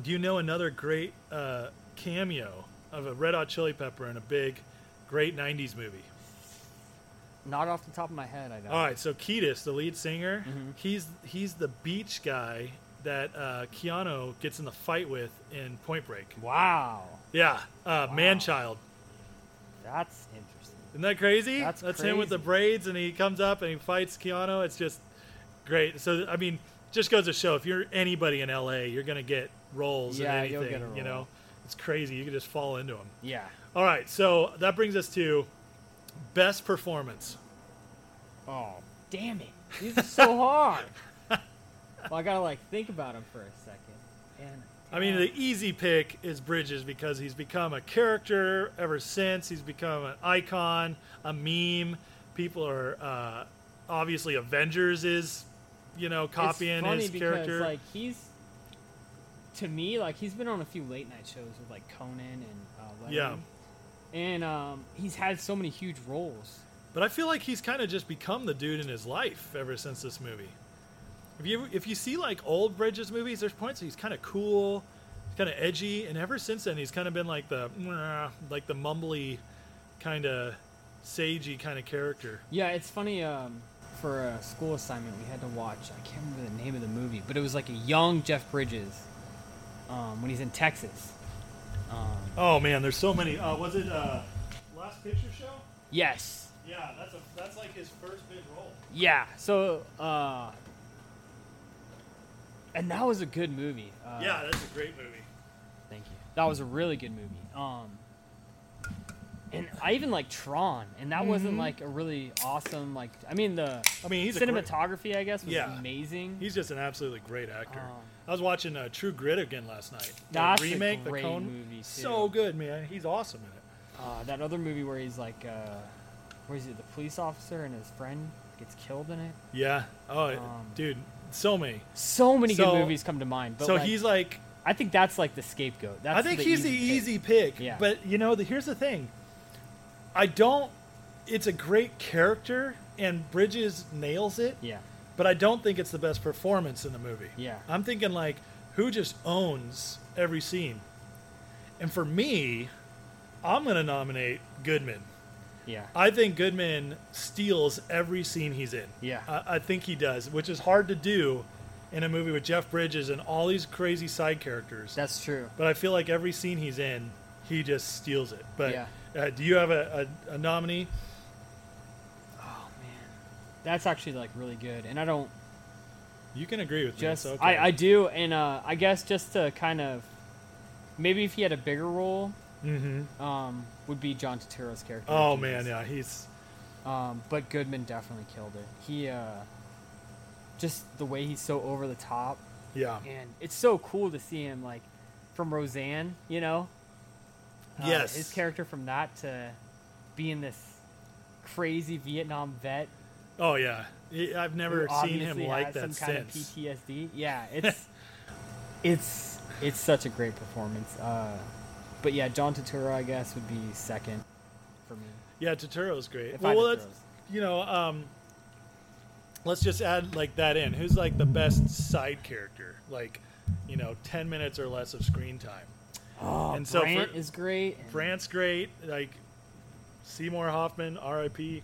Speaker 1: Do you know another great uh, cameo of a Red Hot Chili Pepper in a big, great '90s movie?
Speaker 2: Not off the top of my head, I don't.
Speaker 1: All right, so Kiedis, the lead singer,
Speaker 2: Mm-hmm.
Speaker 1: he's he's the beach guy that uh, Keanu gets in the fight with in Point Break.
Speaker 2: Wow,
Speaker 1: Yeah, uh, man child.
Speaker 2: that's interesting.
Speaker 1: Isn't that crazy?
Speaker 2: That's
Speaker 1: him with the
Speaker 2: crazy.
Speaker 1: braids, and he comes up and he fights Keanu. It's just great. So I mean, just goes to show if you're anybody in LA, you're gonna get roles. in
Speaker 2: Yeah,
Speaker 1: anything,
Speaker 2: you'll get a
Speaker 1: You
Speaker 2: role.
Speaker 1: know, it's crazy. You can just fall into them.
Speaker 2: Yeah.
Speaker 1: All right, so that brings us to best performance.
Speaker 2: Oh, damn it. These are so hard. well, I gotta like think about them for a second. uh,
Speaker 7: And
Speaker 1: I mean, the easy pick is Bridges because he's become a character ever since. He's become an icon, a meme. People are uh, obviously Avengers is, you know, copying
Speaker 2: it's funny
Speaker 1: his
Speaker 2: because,
Speaker 1: character.
Speaker 2: Like he's to me, like he's been on a few late night shows with like Conan and uh, Letterman.
Speaker 1: Yeah.
Speaker 2: and um, he's had so many huge roles.
Speaker 1: but I feel like he's kind of just become the dude in his life ever since this movie. If you if you see like old Bridges movies, there's points where he's kind of cool, kind of edgy, and ever since then he's kind of been like the "Mwah," like the mumbly, kind of sagey kind of character.
Speaker 2: Yeah, it's funny. Um, for a school assignment, we had to watch. I can't remember the name of the movie, but it was like a young Jeff Bridges um, when he's in Texas.
Speaker 1: Oh man, there's so many. Uh, was it uh, Last Picture Show?
Speaker 2: Yes.
Speaker 1: Yeah, that's a, that's like his first big role.
Speaker 2: Yeah. So. Uh, and that was a good movie. Uh,
Speaker 1: yeah, that's a great movie.
Speaker 2: Thank you. That was a really good movie. Um, and I even like Tron, and that wasn't like a really awesome like. I mean the.
Speaker 1: I mean, he's a great-
Speaker 2: cinematography, I guess, was
Speaker 1: Yeah.
Speaker 2: amazing.
Speaker 1: He's just an absolutely great actor.
Speaker 2: Um,
Speaker 1: I was watching uh, True Grit again last night. The
Speaker 2: That's a
Speaker 1: remake,
Speaker 2: great
Speaker 1: the Conan
Speaker 2: movie, too.
Speaker 1: So good, man. He's awesome in it.
Speaker 2: uh, that other movie where he's like, uh, where is it? The police officer and his friend gets killed in it.
Speaker 1: Yeah. Oh, it-
Speaker 2: Um,
Speaker 1: dude, so many.
Speaker 2: So many
Speaker 1: So-
Speaker 2: good movies come to mind. But
Speaker 1: so
Speaker 2: like,
Speaker 1: he's like,
Speaker 2: I think that's like the scapegoat. That's
Speaker 1: I think he's the
Speaker 2: pick.
Speaker 1: easy pick.
Speaker 2: Yeah.
Speaker 1: But you know, the, here's the thing. I don't. It's a great character, and Bridges nails it.
Speaker 2: Yeah.
Speaker 1: but I don't think it's the best performance in the movie.
Speaker 2: Yeah.
Speaker 1: I'm thinking like who just owns every scene. And for me, I'm going to nominate Goodman.
Speaker 2: Yeah.
Speaker 1: I think Goodman steals every scene he's in.
Speaker 2: Yeah.
Speaker 1: I, I think he does, which is hard to do in a movie with Jeff Bridges and all these crazy side characters.
Speaker 2: That's true.
Speaker 1: but I feel like every scene he's in, he just steals it. But
Speaker 2: Yeah.
Speaker 1: uh, do you have a, a, a nominee?
Speaker 2: That's actually like really good, and I don't.
Speaker 1: You can agree with
Speaker 2: just
Speaker 1: me. it's okay.
Speaker 2: I, I do and uh, i guess just to kind of maybe if he had a bigger role um, would be john Turturro's character
Speaker 1: Mm-hmm. oh
Speaker 2: Jesus.
Speaker 1: man, yeah, he's
Speaker 2: um, but goodman definitely killed it he uh, just the way he's so over the top
Speaker 1: yeah.
Speaker 2: and it's so cool to see him like from roseanne you know Uh,
Speaker 1: Yes.
Speaker 2: his character from that to being this crazy vietnam vet
Speaker 1: Oh yeah, He- I've never
Speaker 2: who
Speaker 1: seen him
Speaker 2: obviously
Speaker 1: like
Speaker 2: has
Speaker 1: that
Speaker 2: some kind
Speaker 1: since.
Speaker 2: of PTSD. Yeah, it's it's it's such a great performance. Uh, but yeah, John Turturro, I guess, would be second for me.
Speaker 1: yeah, Totoro's great.
Speaker 2: If I
Speaker 1: Well,
Speaker 2: had
Speaker 1: that's
Speaker 2: Totoro's.
Speaker 1: you know, um, let's just add like that in. Who's like the best side character? Like, you know, ten minutes or less of screen time.
Speaker 2: Oh,
Speaker 1: And so
Speaker 2: Brant
Speaker 1: for-
Speaker 2: is great. and-
Speaker 1: Brant's great. Like Seymour Hoffman, R.I.P.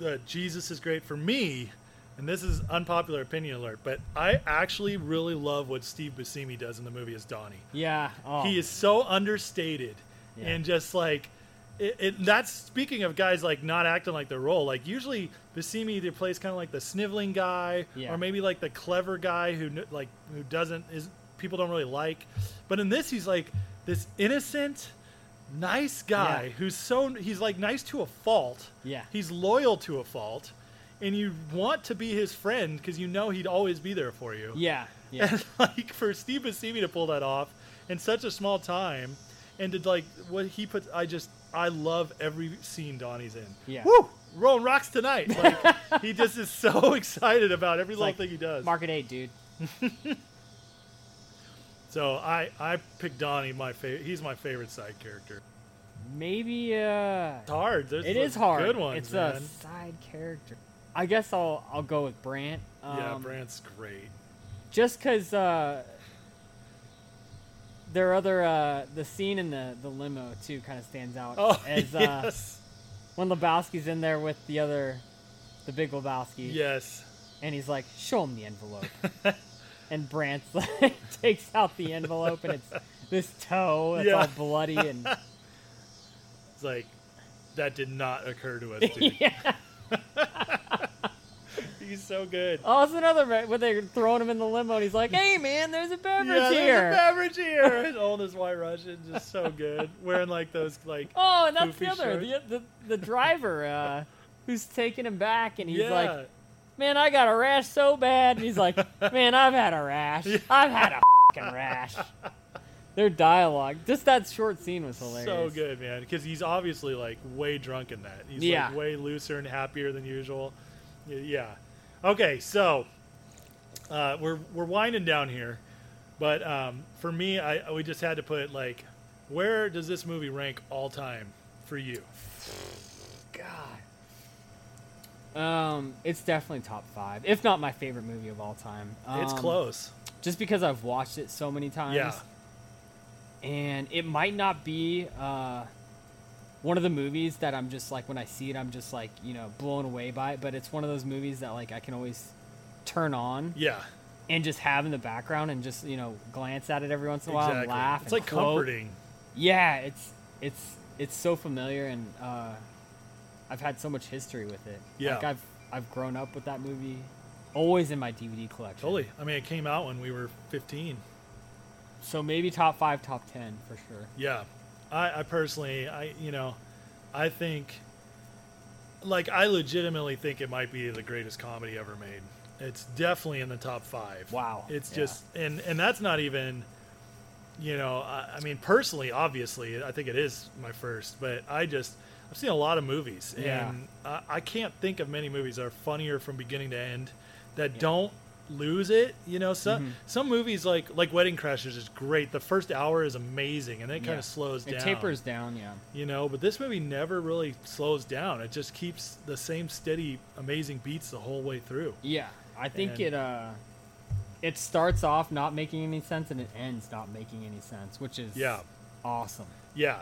Speaker 2: Yeah.
Speaker 1: uh, Jesus is great for me, and this is unpopular opinion alert, but I actually really love what Steve Buscemi does in the movie as Donnie.
Speaker 2: Yeah. Oh,
Speaker 1: He is so understated
Speaker 2: Yeah.
Speaker 1: and just like it, it, that's speaking of guys like not acting like their role. Like usually Buscemi either plays kind of like the sniveling guy
Speaker 2: Yeah.
Speaker 1: or maybe like the clever guy who kn- like who doesn't is people don't really like. But in this he's like this innocent nice guy
Speaker 2: Yeah.
Speaker 1: who's so he's like nice to a fault.
Speaker 2: Yeah.
Speaker 1: He's loyal to a fault and you want to be his friend cuz you know he'd always be there for you
Speaker 2: Yeah. Yeah.
Speaker 1: and like for Steve Buscemi to pull that off in such a small time, and to like what he puts, I just I love every scene Donnie's in.
Speaker 2: Yeah.
Speaker 1: Woo! Rolling rocks tonight. Like he just is so excited about every little
Speaker 2: like
Speaker 1: thing he does.
Speaker 2: Market eight, dude.
Speaker 1: So I I picked Donnie. My favorite. He's my favorite side character.
Speaker 2: Maybe uh,
Speaker 1: It's hard. There's
Speaker 2: it
Speaker 1: some
Speaker 2: is hard.
Speaker 1: Good ones,
Speaker 2: it's
Speaker 1: man.
Speaker 2: a side character. I guess I'll I'll go with Brant. Um,
Speaker 1: yeah, Brant's great.
Speaker 2: just because uh, their other uh, the scene in the the limo too kind of stands out
Speaker 1: Oh
Speaker 2: as uh,
Speaker 1: yes,
Speaker 2: when Lebowski's in there with the other the big Lebowski
Speaker 1: yes.
Speaker 2: and he's like show him the envelope and Brant like takes out the envelope and it's this toe it's
Speaker 1: Yeah.
Speaker 2: all bloody and
Speaker 1: It's like that did not occur to us, dude.
Speaker 2: yeah
Speaker 1: He's so good.
Speaker 2: oh it's another ma- where they're throwing him in the limo and he's like hey man there's a beverage
Speaker 1: yeah, there's
Speaker 2: here
Speaker 1: a beverage here. And all this white Russian, just so good. Wearing like those like.
Speaker 2: Oh, and that's
Speaker 1: Poofy
Speaker 2: the other, the,
Speaker 1: shirt.
Speaker 2: the, the driver uh, who's taking him back, and he's
Speaker 1: yeah,
Speaker 2: like, man, I got a rash so bad. And he's like, man, I've had a rash. I've had a fucking rash. Their dialogue, just that short scene was hilarious.
Speaker 1: So good, man, because he's obviously like way drunk in that. He's
Speaker 2: Yeah.
Speaker 1: like way looser and happier than usual. Y- Yeah. Okay, so uh, we're we're winding down here, but um, for me, I we just had to put like, where does this movie rank all time for you?
Speaker 2: God. Um, it's definitely top five, if not my favorite movie of all time.
Speaker 1: it's
Speaker 2: Um,
Speaker 1: close.
Speaker 2: Just because I've watched it so many times.
Speaker 1: Yeah.
Speaker 2: and it might not be uh, one of the movies that I'm just like when I see it, I'm just like you know blown away by it. But it's one of those movies that like I can always turn on
Speaker 1: Yeah.
Speaker 2: and just have in the background and just you know glance at it every once in a while and laugh.
Speaker 1: It's
Speaker 2: and
Speaker 1: like
Speaker 2: gloat.
Speaker 1: comforting.
Speaker 2: Yeah, it's it's it's so familiar and uh, I've had so much history with it.
Speaker 1: Yeah.
Speaker 2: like I've I've grown up with that movie, always in my DVD collection.
Speaker 1: Totally. I mean, it came out when we were 15.
Speaker 2: So maybe top five, top ten for sure.
Speaker 1: Yeah, I, I personally, I you know, I think, like, I legitimately think it might be the greatest comedy ever made. It's definitely in the top five.
Speaker 2: Wow.
Speaker 1: It's
Speaker 2: Yeah.
Speaker 1: just and and that's not even, you know, I, I mean, personally, obviously, I think it is my first, but I just I've seen a lot of movies,
Speaker 2: Yeah.
Speaker 1: and I, I can't think of many movies that are funnier from beginning to end that don't lose it. You know, some
Speaker 2: Mm-hmm.
Speaker 1: some movies like like Wedding Crashers is great. The first hour is amazing, and then it kind
Speaker 2: Yeah.
Speaker 1: of slows down.
Speaker 2: It tapers down, yeah.
Speaker 1: you know. But this movie never really slows down. It just keeps the same steady, amazing beats the whole way through.
Speaker 2: Yeah, I think
Speaker 1: And-
Speaker 2: it uh, it starts off not making any sense and it ends not making any sense, which is
Speaker 1: Yeah.
Speaker 2: awesome.
Speaker 1: Yeah.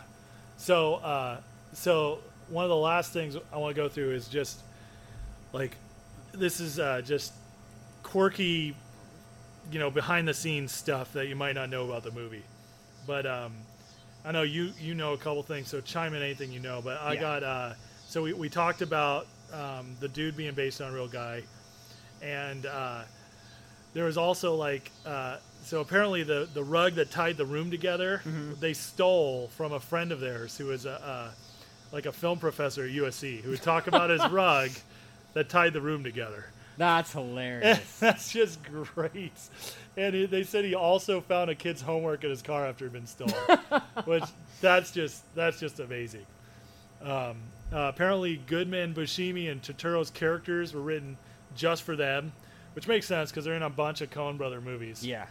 Speaker 1: So, uh, so one of the last things I want to go through is just like this is uh, just quirky, you know, behind the scenes stuff that you might not know about the movie. But um, I know you you know a couple things, so chime in anything you know. But I
Speaker 2: Yeah.
Speaker 1: got uh, so we we talked about um, the dude being based on a real guy, and. Uh, there was also like uh, so apparently the the rug that tied the room together they stole from a friend of theirs who was a, uh like a film professor at USC who would talk about his rug that tied the room together.
Speaker 2: That's hilarious.
Speaker 1: That's just great. And he, they said he also found a kid's homework in his car after it had been stolen, which that's just that's just amazing. Um, uh, apparently, Goodman, Buscemi, and Totoro's characters were written just for them, which makes sense because they're in a bunch of Coen Brother movies.
Speaker 2: yeah,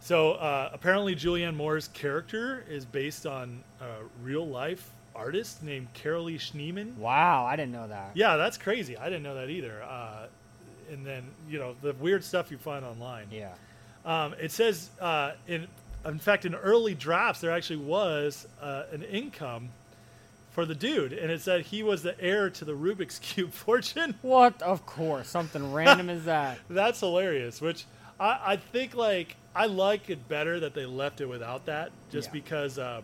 Speaker 1: So uh, apparently, Julianne Moore's character is based on a real life artist named Carolee Schneeman.
Speaker 2: wow, I didn't know that.
Speaker 1: Yeah, that's crazy. I didn't know that either. Uh, and then you know the weird stuff you find online.
Speaker 2: Yeah,
Speaker 1: Um, it says uh, in in fact in early drafts there actually was uh, an income for the dude, and it said he was the heir to the Rubik's cube fortune.
Speaker 2: what? Of course, something random as that.
Speaker 1: That's hilarious. Which I, I think like I like it better that they left it without that, just
Speaker 2: Yeah.
Speaker 1: because um,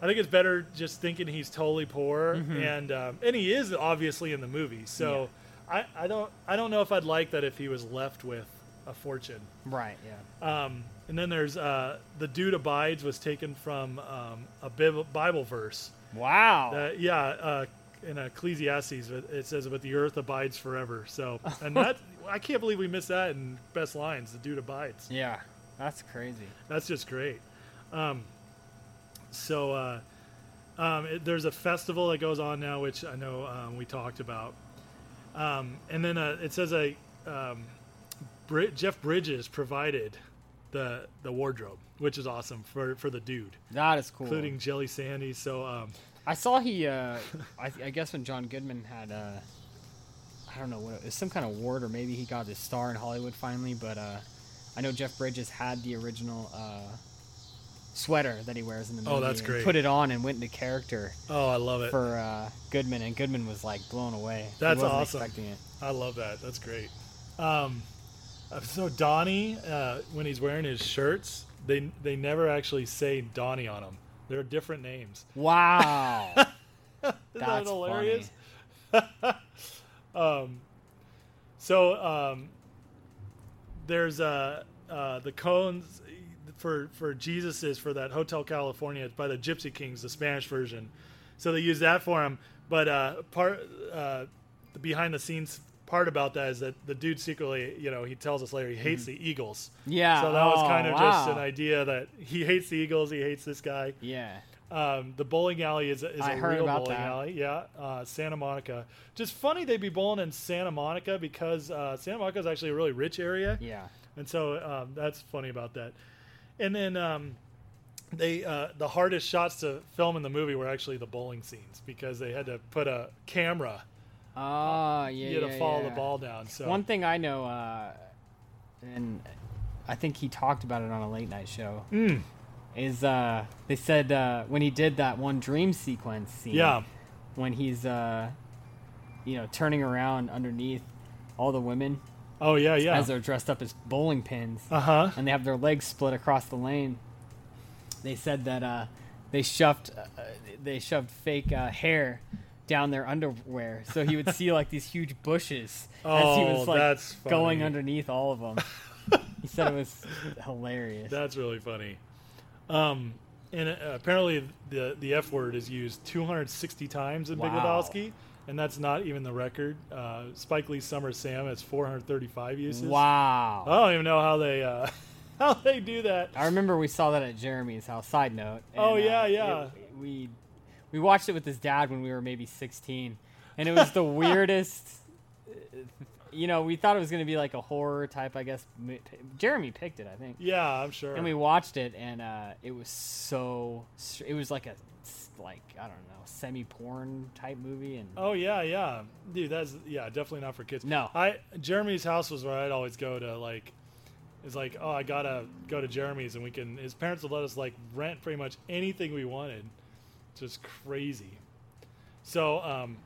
Speaker 1: I think it's better just thinking he's totally poor, and um, and he is obviously in the movie. So I, I don't I don't know if I'd like that if he was left with a fortune.
Speaker 2: Right? Yeah.
Speaker 1: Um, and then there's uh, the dude abides was taken from um, a Bib- Bible verse.
Speaker 2: Wow.
Speaker 1: Uh, yeah, uh, in Ecclesiastes, it it says, "But the earth abides forever." So, and that I can't believe we missed that in best lines. The dude abides.
Speaker 2: yeah, that's crazy.
Speaker 1: That's just great. Um, so, uh, um, it, there's a festival that goes on now, which I know um, we talked about. Um, and then uh, it says a um, Bri- Jeff Bridges provided the the wardrobe, which is awesome for for the dude,
Speaker 2: That is cool.
Speaker 1: including Jelly Sandy. So. Um,
Speaker 2: I saw he. Uh, I, I guess when John Goodman had. Uh, I don't know what it was, some kind of award, or maybe he got his star in Hollywood finally. But uh, I know Jeff Bridges had the original uh, sweater that he wears in the movie.
Speaker 1: Oh, that's
Speaker 2: and
Speaker 1: great.
Speaker 2: Put it on and went into character
Speaker 1: oh, I love it.
Speaker 2: for uh, Goodman, and Goodman was like blown away. He
Speaker 1: That's
Speaker 2: wasn't
Speaker 1: awesome.
Speaker 2: Expecting it.
Speaker 1: I love that. That's great. Um, uh, so Donnie, uh, when he's wearing his shirts, they they never actually say Donnie on them. They're different names.
Speaker 2: Wow.
Speaker 1: Isn't
Speaker 2: That's
Speaker 1: that hilarious? um, so um, there's uh, uh, the cones for for Jesus's for that Hotel California it's by the Gypsy Kings, the Spanish version. So they use that for him. But uh, part uh, the behind the scenes part about that is that the dude secretly, you know, he tells us later he hates the Eagles.
Speaker 2: Mm-hmm. Yeah,
Speaker 1: So that was
Speaker 2: oh,
Speaker 1: kind of just
Speaker 2: wow.
Speaker 1: an idea that he hates the Eagles. He hates this guy.
Speaker 2: Yeah.
Speaker 1: Um, the bowling alley is, is
Speaker 2: I
Speaker 1: a
Speaker 2: heard
Speaker 1: real
Speaker 2: about
Speaker 1: bowling
Speaker 2: that.
Speaker 1: alley. Yeah, uh, Santa Monica. Just funny they'd be bowling in Santa Monica because uh, Santa Monica is actually a really rich area.
Speaker 2: Yeah.
Speaker 1: And so um, that's funny about that. And then um, they uh, the hardest shots to film in the movie were actually the bowling scenes because they had to put a camera
Speaker 2: Ah, yeah.
Speaker 1: you know,
Speaker 2: yeah,
Speaker 1: to follow
Speaker 2: yeah.
Speaker 1: the ball down. So
Speaker 2: One thing I know, uh, and I think he talked about it on a late night show,
Speaker 1: Hmm.
Speaker 2: is uh, they said uh, when he did that one dream sequence scene,
Speaker 1: yeah,
Speaker 2: when he's uh, you know turning around underneath all the women
Speaker 1: oh yeah, yeah,
Speaker 2: as they're dressed up as bowling pins,
Speaker 1: uh huh,
Speaker 2: and they have their legs split across the lane. They said that uh, they shoved uh, they shoved fake uh, hair down their underwear, so he would see like these huge bushes as he
Speaker 1: Oh,
Speaker 2: was like
Speaker 1: that's
Speaker 2: going
Speaker 1: funny.
Speaker 2: underneath all of them. he said it was hilarious.
Speaker 1: that's really funny. Um, and uh, apparently the the F word is used 260 times in Big
Speaker 2: Wow.
Speaker 1: Lebowski, and that's not even the record. Uh, Spike Lee's Summer of Sam has 435 uses.
Speaker 2: wow.
Speaker 1: I don't even know how they uh, how they do that.
Speaker 2: I remember we saw that at Jeremy's house. Side note.
Speaker 1: Oh, yeah,
Speaker 2: uh, it-
Speaker 1: yeah.
Speaker 2: we we watched it with his dad when we were maybe 16, and it was the weirdest. uh, You know, we thought it was going to be like a horror type, I guess. m- Jeremy picked it, I think,
Speaker 1: Yeah, I'm sure.
Speaker 2: and we watched it, and uh, it was so. str- It was like a s- like I don't know semi porn type movie, and
Speaker 1: Oh yeah, yeah, dude. That's yeah, definitely not for kids.
Speaker 2: No.
Speaker 1: I Jeremy's house was where I'd always go to. Like, it's like, oh, I gotta go to Jeremy's, and we can. His parents would let us like rent pretty much anything we wanted. It's just crazy. So, um,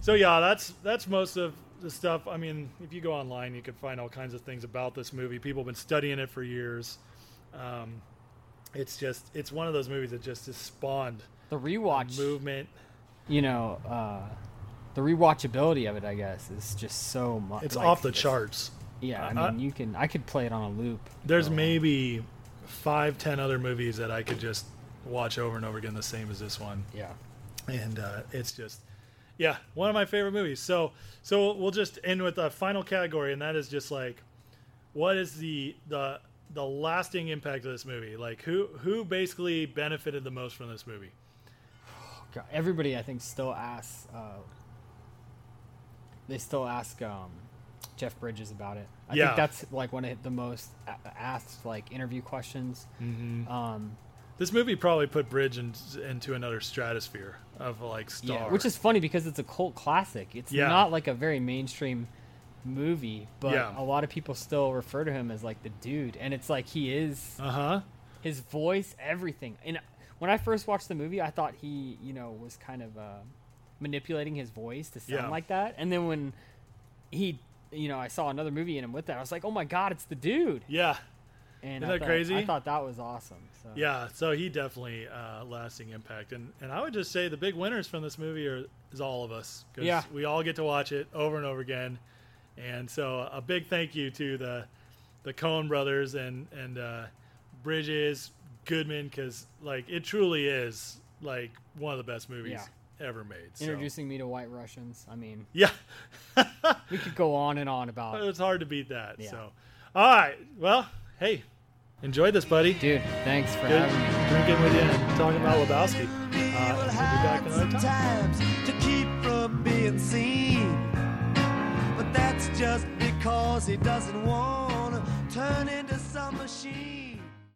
Speaker 1: so yeah, that's that's most of the stuff. I mean, if you go online, you can find all kinds of things about this movie. People have been studying it for years. Um, it's just, it's one of those movies that just has spawned
Speaker 2: the rewatch.
Speaker 1: movement.
Speaker 2: You know, uh, the rewatchability of it, I guess, is just so much.
Speaker 1: It's off the charts.
Speaker 2: Yeah, I mean,
Speaker 1: Uh,
Speaker 2: you can. I could play it on a loop.
Speaker 1: There's maybe five, ten other movies that I could just watch over and over again, the same as this one,
Speaker 2: Yeah.
Speaker 1: and uh, it's just, yeah, one of my favorite movies. So, so we'll just end with a final category, and that is just like, what is the the the lasting impact of this movie? Like, who who basically benefited the most from this movie?
Speaker 2: God, everybody, I think, still asks. Uh, they still ask um, Jeff Bridges about it. I
Speaker 1: Yeah.
Speaker 2: think that's like one of the most a- asked like interview questions.
Speaker 1: This movie probably put Bridge in, into another stratosphere of like star,
Speaker 2: Yeah, which is funny because it's a cult classic. It's
Speaker 1: Yeah.
Speaker 2: not like a very mainstream movie, but
Speaker 1: Yeah.
Speaker 2: a lot of people still refer to him as like the dude, and it's like he is.
Speaker 1: uh huh.
Speaker 2: his voice, everything. And when I first watched the movie, I thought he, you know, was kind of uh, manipulating his voice to sound
Speaker 1: Yeah.
Speaker 2: like that. And then when he, you know, I saw another movie in him with that, I was like, oh my god, it's the dude.
Speaker 1: Yeah,
Speaker 2: And
Speaker 1: Isn't
Speaker 2: I
Speaker 1: that
Speaker 2: thought,
Speaker 1: crazy?
Speaker 2: I thought that was awesome. So.
Speaker 1: Yeah, so he definitely uh, lasting impact, and and I would just say the big winners from this movie are is all of us 'cause
Speaker 2: Yeah.
Speaker 1: we all get to watch it over and over again, and so a big thank you to the the Coen brothers and and uh, Bridges Goodman because like it truly is like one of the best movies ever made. so-
Speaker 2: Introducing me to White Russians. I mean,
Speaker 1: yeah,
Speaker 2: we could go on and on about.
Speaker 1: it's hard to beat that.
Speaker 2: Yeah.
Speaker 1: So, all right, well, hey, enjoy this, buddy.
Speaker 2: Dude, thanks for
Speaker 1: Good
Speaker 2: having me.
Speaker 1: drinking with you and talking about Lebowski. Uh, we'll be back another time.
Speaker 8: sometimes to keep from being seen. But that's just because he doesn't want to turn into some machine.